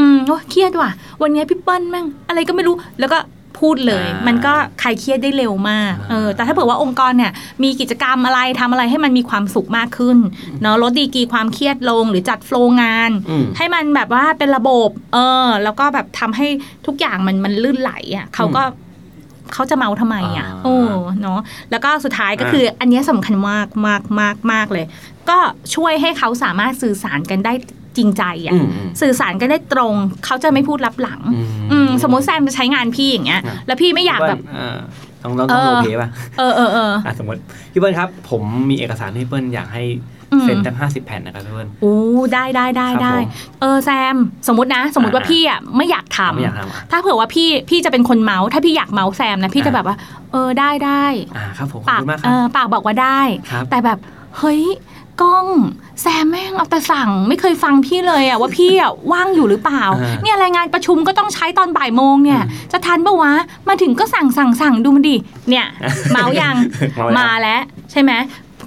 Speaker 3: อืมโอ้ยเครียดว่ะ วันนี้พี่เปิ้ลแม่ง อะไรก็ไม่รู้ แล้วก็พูดเลย
Speaker 5: อ่ามั
Speaker 3: มันก็คลายเครียดได้เร็วมาก
Speaker 5: อ่า
Speaker 3: เออ แต่ถ้าเผื่อว่าองค์กรเนี่ย มีกิจกรรมอะไรทำอะไรให้มันมีความสุขมากขึ้น เนาะลดดีกรีความเครียดลงหรือจัดโฟล์งาน
Speaker 5: อืม
Speaker 3: ให้มันแบบว่าเป็นระบบ เออ แล้วก็แบบทำให้ทุกอย่างมันมันลื่นไหลอ่ะเขาก็เขาจะเมาทำไมอ่ะ
Speaker 5: อ่า
Speaker 3: โอ้ เนาะแล้วก็สุดท้ายก็คือออันเนี้ยสำคัญมากมากมากมากเลย ก็ช่วยให้เขาสามารถสื่อสารกันได้จริงใจอะ
Speaker 5: อืมอืม
Speaker 3: สื่อสารกันได้ตรง เขาจะไม่พูดลับหลัง
Speaker 5: อื
Speaker 3: อืมสมมติแซมจะใช้งานพี่อย่างเงี้ย
Speaker 5: อ่ะ
Speaker 3: แล้วพี่ไม่อยากแบบ
Speaker 5: เปิ้ลเออต้องต้องต้อง
Speaker 3: เออ
Speaker 5: โอเคป่ะ
Speaker 3: เออเออเออ
Speaker 5: อ่ะสมมติพี่เปิ้ลครับ ผมมีเอกสารให้เปิ้ลอยากให้
Speaker 3: อืม
Speaker 5: เซ็นทั้งห้าสิบแผ่นนะครับพี่เปิ้ล
Speaker 3: อู้ได้ได้ได้
Speaker 5: ครับ
Speaker 3: ได้
Speaker 5: ผม
Speaker 3: เออแซม สมมตินะ สมมติว่า
Speaker 5: อ่า
Speaker 3: พี่อ่ะไม่อยากทำ
Speaker 5: ไม่อยากทำอ่ะ
Speaker 3: ถ้าเผื่อว่าพี่พี่จะเป็นคนเมาส์ถ้าพี่อยากเมาส์แซมนะพี่จะ
Speaker 5: อ่า
Speaker 3: แบบว่า เออได้ได้
Speaker 5: อ่าครับผมข
Speaker 3: ปา
Speaker 5: อบ
Speaker 3: ก
Speaker 5: คุณมากค
Speaker 3: เอ
Speaker 5: รับ
Speaker 3: อปากบอกว่าได้
Speaker 5: ครับ
Speaker 3: แต่แบบ เฮ้ยกล้องแซมแม่งเอาแต่สั่งไม่เคยฟังพี่เลย
Speaker 5: (laughs)
Speaker 3: อะว่าพี่อะว่างอยู่หรือเปล่า
Speaker 5: อ่า
Speaker 3: เนี่ยรายงานประชุมก็ต้องใช้ตอนบ่ายโมงเนี่ย
Speaker 5: อื
Speaker 3: จะทันปะวะ มาถึงก็สั่งสั่งสั่งดูมันดิเนี่ย เมายัง
Speaker 5: (laughs) เมาแล้ว
Speaker 3: มาแล้ว ใช่ไหม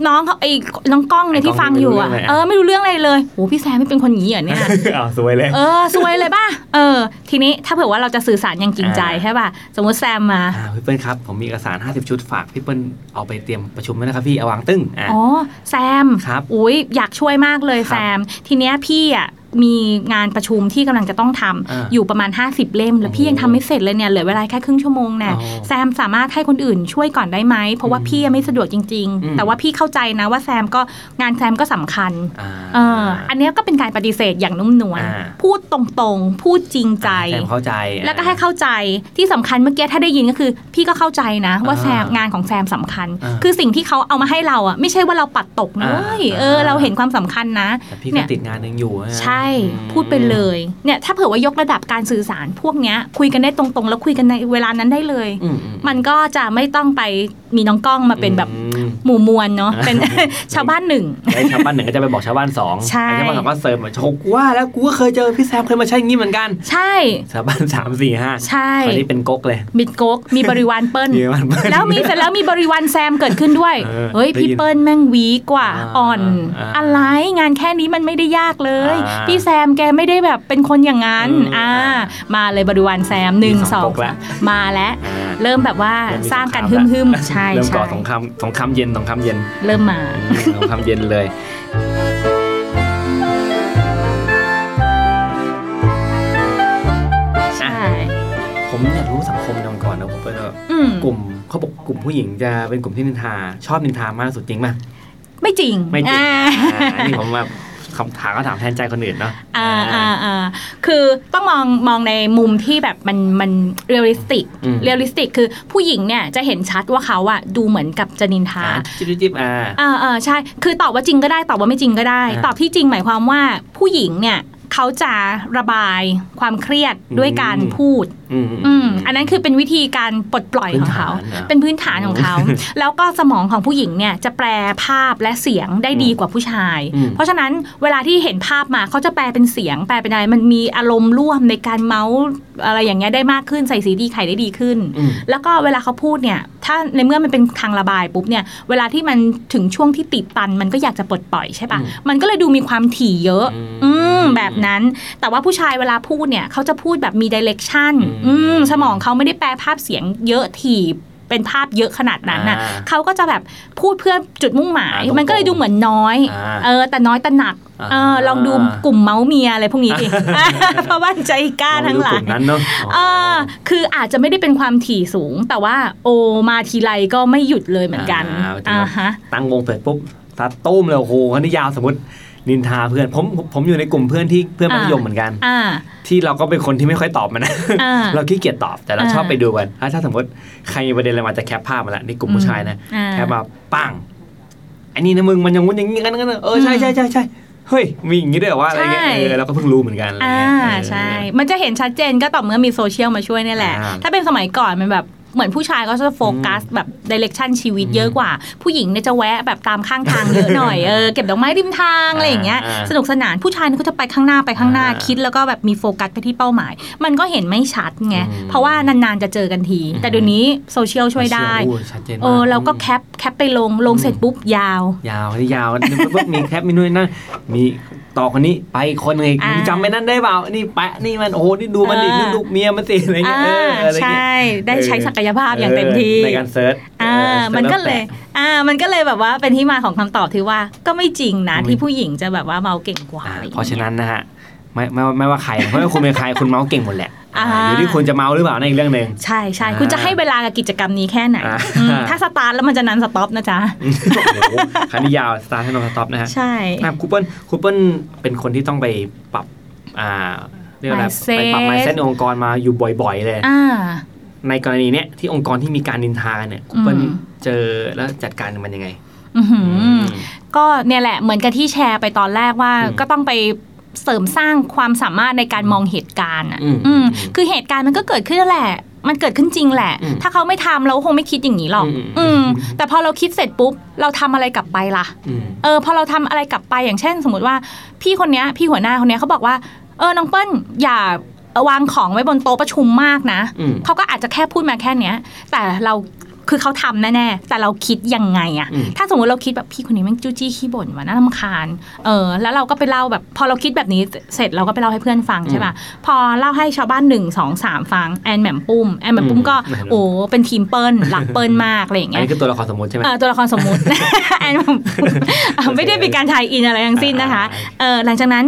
Speaker 3: น้องเขาไอ้น้องกล้องเนี่ย
Speaker 5: ไอ้ก
Speaker 3: ที่
Speaker 5: ล้อง
Speaker 3: ฟังอยู่อะ
Speaker 5: ไม่รู้เรื่อง
Speaker 3: เออไม่รู้เรื่องอะ
Speaker 5: เลยอะ
Speaker 3: ไรเลยโหพี่แซมไม่เป็นคนอย่างนี้เหรอเนี่ย
Speaker 5: อ้าวสวยแล้ว
Speaker 3: เออซวยเลยป่ะเออ ทีนี้ถ้าเผื่อว่าเราจะสื่อสารอย่างจริงใจ
Speaker 5: อ่า
Speaker 3: ใช่ป่ะสมมติแซมมา
Speaker 5: อ่าพี่เปิ้ลครับ ผมมีเอกสาร 50 ชุดฝากพี่เปิ้ลเอาไปเตรียมประชุมไว้นะครับพี่เอาวางตึ้งอ่า
Speaker 3: อ๋อแซม
Speaker 5: ครับ
Speaker 3: อุ้ยอยากช่วยมากเลย
Speaker 5: ครับ
Speaker 3: แซม ทีเนี้ยพี่อ่ะมีงานประชุมที่กำลังจะต้องทำ
Speaker 5: อ่า
Speaker 3: อยู่ประมาณ 50 เล่ม แล้ว
Speaker 5: โอ้โห
Speaker 3: พี่ยังทำไม่เสร็จเลยเนี่ยเหลือเวลาแค่ครึ่งชั่วโมงนะ
Speaker 5: อ๋อ
Speaker 3: แซมสามารถให้คนอื่นช่วยก่อนได้ไหมเพราะว่า
Speaker 5: อืม
Speaker 3: พี่ยังไม่สะดวกจริง
Speaker 5: อืม
Speaker 3: ๆ แต่ว่าพี่เข้าใจนะว่าแซมก็งานแซมก็สำคัญ
Speaker 5: อ่า
Speaker 3: เอออันเนี้ยก็เป็นการปฏิเสธอย่างนุ่มนวล
Speaker 5: อ่า
Speaker 3: พูดตรงๆ พูดจริงใจ
Speaker 5: แซมเข้าใจอ่ะ
Speaker 3: แล้วก็ให้เข้าใจที่สำคัญเมื่อกี้ถ้าได้ยินก็คือ พี่ก็เข้าใจนะ ว่าแซม
Speaker 5: อ่าง
Speaker 3: งานของแซมสำคัญ
Speaker 5: อ่า
Speaker 3: คือสิ่งที่เขาเอามาให้เราอ่ะไม่ใช่ว่าเราปัดตกนะ
Speaker 5: อ่า
Speaker 3: เว้ยเออ
Speaker 5: อ่า
Speaker 3: เราเห็นความสำคัญนะ
Speaker 5: แต่พี่
Speaker 3: เนี่
Speaker 5: ก็
Speaker 3: ย
Speaker 5: ติดงานหนึ่งอยู่นะ
Speaker 3: ใช่
Speaker 5: อืม
Speaker 3: พูดไปเลยเนี่ยถ้าเผื่อว่ายกระดับการสื่อสารพวกเนี้ย คุยกันได้ตรงๆ แล้วคุยกันในเวลานั้นได้เลย
Speaker 5: อืม
Speaker 3: มันก็จะไม่ต้องไปมีน้องกล้องมาเป็นแบบ
Speaker 5: อืม
Speaker 3: หมู่มวลเนาะ
Speaker 5: (laughs)
Speaker 3: เป็น
Speaker 5: อ่า
Speaker 3: ชาวบ้านหนึ่ง
Speaker 5: แล้วชาวบ้านหนึ่งก็จะไปบอกชาวบ้านสอง
Speaker 3: ใช่
Speaker 5: ไอ้ชาวบ้านสองก็เสริมมาโชว์กูว่าแล้วกูก็เคยเจอพี่แซมเคยมาใช่อย่างงี้เหมือนกัน
Speaker 3: ใช่
Speaker 5: ชาวบ้านสามสี่ห้า
Speaker 3: ใช่
Speaker 5: ตอนนี้เป็นก๊กเลย
Speaker 3: มิดโกกมีบริวารเปิ้ล
Speaker 5: เยอะมาก
Speaker 3: แล้วมีเสร็จแล้วมีบริวารแซมเกิดขึ้นด้วย
Speaker 5: เออ
Speaker 3: เฮ้ย
Speaker 5: ได้ยิน
Speaker 3: พี่เปิ้ลแม่งวีกกว่า
Speaker 5: อ่า
Speaker 3: อ่อน
Speaker 5: อ่า
Speaker 3: อะไรงานแค่นี้มันไม่ได้ยากเลย
Speaker 5: อ่า
Speaker 3: พี่แซมแกไม่ได้แบบเป็นคนอย่างนั้น
Speaker 5: อืม
Speaker 3: อ่ามาเลยบริวารแซมหนึ่ง
Speaker 5: มี
Speaker 3: ส
Speaker 5: ส
Speaker 3: อ
Speaker 5: อง งปกแล้ว
Speaker 3: สามมาแล้ว
Speaker 5: อ่า
Speaker 3: เริ่มแบบว่า
Speaker 5: เมมี
Speaker 3: สร้างกัน
Speaker 5: ค
Speaker 3: หึ
Speaker 5: ละ
Speaker 3: มหึมๆใช่
Speaker 5: เริ่ม
Speaker 3: ใช่
Speaker 5: ก่อสงครามสงครามเย็นสงครามเย็น
Speaker 3: เริ่มมา
Speaker 5: สงครามเย็นเลย
Speaker 3: ใช่
Speaker 5: ผมอยากรู้สังคมองค์กรนะผมเพื่อนว่า
Speaker 3: อืม
Speaker 5: กลุ่มเขาบอกกลุ่มผู้หญิงจะเป็นกลุ่มที่นินทา ชอบนินทามากสุดจริงไหม
Speaker 3: ไม่จริง
Speaker 5: ไม่จริง
Speaker 3: อ่า
Speaker 5: อ่าอันนี่ผมแบบ คำถามก็ถามแทนใจคนอื่นเนาะ
Speaker 3: อ่าอ่าอ่าคือต้องมองมองในมุมที่แบบมันมันเรียลลิสติก
Speaker 5: อืม
Speaker 3: เรียลลิสติกคือผู้หญิงเนี่ยจะเห็นชัดว่าเขาอะดูเหมือนกับจะนินทา
Speaker 5: อ่าจิ๊บจิ๊บจิ๊บอ่า
Speaker 3: อ่าอ่าใช่ คือตอบว่าจริงก็ได้ ตอบว่าไม่จริงก็ได้
Speaker 5: อ่า
Speaker 3: ตอบที่จริงหมายความว่าผู้หญิงเนี่ยเขาจะระบายความเครียดด้วยการ
Speaker 5: อืม
Speaker 3: พูด
Speaker 5: อืม
Speaker 3: อืม อันนั้นคือเป็นวิธีการปลดปล่อยของเขา
Speaker 5: พื้นฐนนะ
Speaker 3: เป็นพื้นฐานของ
Speaker 5: (laughs)
Speaker 3: เขา แล้วก็สมองของผู้หญิงเนี่ยจะแปลภาพและเสียงได้ดีกว่าผู้ชาย
Speaker 5: อืม
Speaker 3: เพราะฉะนั้นเวลาที่เห็นภาพมาเขาจะแปลเป็นเสียง แปลเป็นอะไร มันมีอารมณ์ร่วมในการเมาส์อะไรอย่างเงี้ยได้มากขึ้น ใส่สีดีไข่ได้ดีขึ้น
Speaker 5: อืม
Speaker 3: แล้วก็เวลาเขาพูดเนี่ย ถ้าในเมื่อมันเป็นทางระบายปุ๊บเนี่ย เวลาที่มันถึงช่วงที่ติดตัน มันก็อยากจะปลดปล่อยใช่ปะ
Speaker 5: อืม
Speaker 3: มันก็เลยดูมีความถี่เยอะ
Speaker 5: อืม
Speaker 3: อืม แบบนั้น แต่ว่าผู้ชายเวลาพูดเนี่ย เขาจะพูดแบบมีดิเรกชัน
Speaker 5: อืม
Speaker 3: สมองเขาไม่ได้แปลภาพเสียงเยอะถี่เป็นภาพเยอะขนาดนั้นน่ะ
Speaker 5: อ่า
Speaker 3: เขาก็จะแบบพูดเพื่อจุดมุ่งหมาย
Speaker 5: อ่าตรงๆ
Speaker 3: มันก็เลยดูเหมือนน้อย
Speaker 5: อ่า
Speaker 3: เออ แต่น้อยแต่หนัก
Speaker 5: อ่า
Speaker 3: เออ ลองดูกลุ่มเมาส์เมียอะไรพวกนี้ดิ เพราะว่าใจกล้าทั้งห
Speaker 5: เรไปดู
Speaker 3: ลาย
Speaker 5: กลุ่มนั้นเนาะ
Speaker 3: เออคืออาจจะไม่ได้เป็นความถี่สูง แต่ว่าโอมาทีไรก็ไม่หยุดเลยเหมือนกันอ่าฮะ
Speaker 5: ตั้งวงเสร็จปุ๊บตัดตุ้มเลยโอ้โหคันนี้ยาวสมมตินินทาเพื่อนผมผมผมอยู่ในกลุ่มเพื่อนที่เพื่อน
Speaker 3: อ่า
Speaker 5: มัธยมเหมือนกัน
Speaker 3: อ่า
Speaker 5: ที่เราก็เป็นคนที่ไม่ค่อยตอบมันนะ
Speaker 3: อ่า
Speaker 5: เราขี้เกียจตอบแต่เรา
Speaker 3: อ่า
Speaker 5: ชอบไปดูกันถ้าถ้าสมมติใครมีประเด็นอะไรมาจะแคปภาพมาละในกลุ่มผู้ชายนะ
Speaker 3: อ่า
Speaker 5: แคปมาปังไอ้นี่นะมึงมันอยังงุ้นอย่างงี้กันกันเออใช่
Speaker 3: อืม
Speaker 5: ใช่ใช่ใช่เฮ้ยมีอย่างงี้ด้วยเหรอว่าอะไรเงี้ย
Speaker 3: ใช่
Speaker 5: เออเราก็เพิ่งรู้เหมือนกันอะไร
Speaker 3: อ่า
Speaker 5: เงี้ยเออ
Speaker 3: ใช่ มันจะเห็นชัดเจนก็ต่อเมื่อมีโซเชียลมาช่วยเนี่ยแหละ
Speaker 5: อ่า
Speaker 3: ถ้าเป็นสมัยก่อนมันแบบเหมือนผู้ชายก็จะโฟกัสแบบดิเรกชันชีวิตเยอะกว่า ผู้หญิงเนี่ยจะแวะแบบตามข้างทางเยอะ
Speaker 5: (laughs)
Speaker 3: หน่อยเออเก็บดอกไม้ริมทางอะไรอย่างเงี้ย
Speaker 5: อ่า
Speaker 3: สนุกสนานผู้ชายเนี่ยเขาจะไปข้างหน้าไปข้างหน้า
Speaker 5: อ่า
Speaker 3: คิดแล้วก็แบบมีโฟกัสไปที่เป้าหมาย มันก็เห็นไม่ชัดไง
Speaker 5: อืม
Speaker 3: เพราะว่านานๆจะเจอกันที แต่เดี๋ยวนี้โซเชียลช่วยได้
Speaker 5: โอ้ชัดเจนมาก
Speaker 3: เออเราก็แคปแคปไปลงลงเสร็จปุ๊บยาว
Speaker 5: ยาวนี่ยาวนี่ปุ๊บมีแคปมีนู่นนนั่นมีต่อคนนี้ไปอีกคนหนึ่งอีก
Speaker 3: อ่ามึ
Speaker 5: งจำไม่นั่นได้เปล่านี่แปะนี่มันโอ้โหนี่ดูมันดินี่ดูเมียมันสิอะไรเงี้ย
Speaker 3: อ่า
Speaker 5: เอออะไร
Speaker 3: ใช
Speaker 5: เงี้ย่
Speaker 3: ได้ใช้ศักยภาพอย่างเต็มที่
Speaker 5: ออในการเซิร์ช
Speaker 3: อ่า
Speaker 5: เออ
Speaker 3: มันก็
Speaker 5: ซิร์ช
Speaker 3: เล
Speaker 5: แวย แปะ
Speaker 3: อ่ามันก็เลยแบบว่าเป็นที่มาของคำตอบที่ว่าก็ไม่จริงนะ
Speaker 5: อืม
Speaker 3: ที่ผู้หญิงจะแบบว่าเมาเก่งกว่า
Speaker 5: อ่า
Speaker 3: อไอย่งงี้ย
Speaker 5: เพราะฉะนั้นนะฮะไม่ไม่ว่าไม่ว่าใครไม่ว่าคุณเป็นใครคุณเมาส์เก่งหมดแหละ
Speaker 3: อ่า
Speaker 5: อ่าอยู่ที่คุณจะเมาส์หรือเปล่านั่นอีกเรื่องหนึ่ง (laughs)
Speaker 3: ใช่ใช่
Speaker 5: อ่า
Speaker 3: คุณจะให้เวลากับกิจกรรมนี้แค่ไหน
Speaker 5: อ่า
Speaker 3: อืมถ้าสตาร์ทแล้วมันจะนันสต็อปนะจ๊ะ
Speaker 5: โอ้โหคันนี้ยาวสตาร์ทให้น้องสต็อปนะฮะ
Speaker 3: ใช่
Speaker 5: อ่ะคูเปิลคูเปิลเป็นคนที่ต้องไปปรับอ่าเรียกว่าอะไร
Speaker 3: Mindset
Speaker 5: ไปปรับไมเซ็ตองค์กรมาอยู่บ่อย ๆ เลย
Speaker 3: อ่า
Speaker 5: ในกรณีเนี้ยที่องค์กรที่มีการนินทาเนี่ยคุณเปิ้ล
Speaker 3: อืม
Speaker 5: เจอแล้วจัดการมันยังไง
Speaker 3: อือหือ ก็เนี่ยแหละเหมือนกับที่แชร์ไปตอนแรกว่า
Speaker 5: อืม
Speaker 3: ก็ต้องไปเสริมสร้างความสามารถในการมองเหตุการณ์อ่ะ
Speaker 5: อืม
Speaker 3: อืม
Speaker 5: อืม
Speaker 3: คือเหตุการณ์มันก็เกิดขึ้นแหละ มันเกิดขึ้นจริงแหละ
Speaker 5: อืม
Speaker 3: ถ้าเขาไม่ทำเราก็คงไม่คิดอย่างนี้หรอก
Speaker 5: อืม
Speaker 3: อืมแต่พอเราคิดเสร็จปุ๊บเราทำอะไรกลับไปล่ะ
Speaker 5: อืม
Speaker 3: เออพอเราทำอะไรกลับไปอย่างเช่น สมมติว่าพี่คนเนี้ยพี่หัวหน้าคนเนี้ยเขาบอกว่าเออน้องเปิ้ลอย่าวางของไว้บนโต๊ะประชุมมากนะ
Speaker 5: อืม
Speaker 3: เขาก็อาจจะแค่พูดมาแค่เนี้ย แต่เราคือเขาทำแน่ๆแต่เราคิดยังไงอะ
Speaker 5: อืม
Speaker 3: ถ้าสมมติเราคิดแบบพี่คนนี้แม่งจู้จี้ขี้บ่นว่ะน่ารำคาญเออแล้วเราก็ไปเล่าแบบพอเราคิดแบบนี้เสร็จเราก็ไปเล่าให้เพื่อนฟังใช่ป่ะพอเล่าให้ชาวบ้านหนึ่งสองสามฟังแอนแหม่มปุ้มแอนแหม่มปุ้มก็โอ้เป็นทีมเปิ้ลหลักเปิ้ลมากอะไรอย่าง
Speaker 5: อัน
Speaker 3: เงี้ย
Speaker 5: นี้คือตัวละครสมมติใช่ไหม
Speaker 3: เอ่อตัวละครสมมุติ (laughs) แอนผมอ่ะไม่ได้เป็นการทายอินอะไรทั้งสิ้นนะคะ
Speaker 5: อ่า
Speaker 3: เออหลังจากนั้น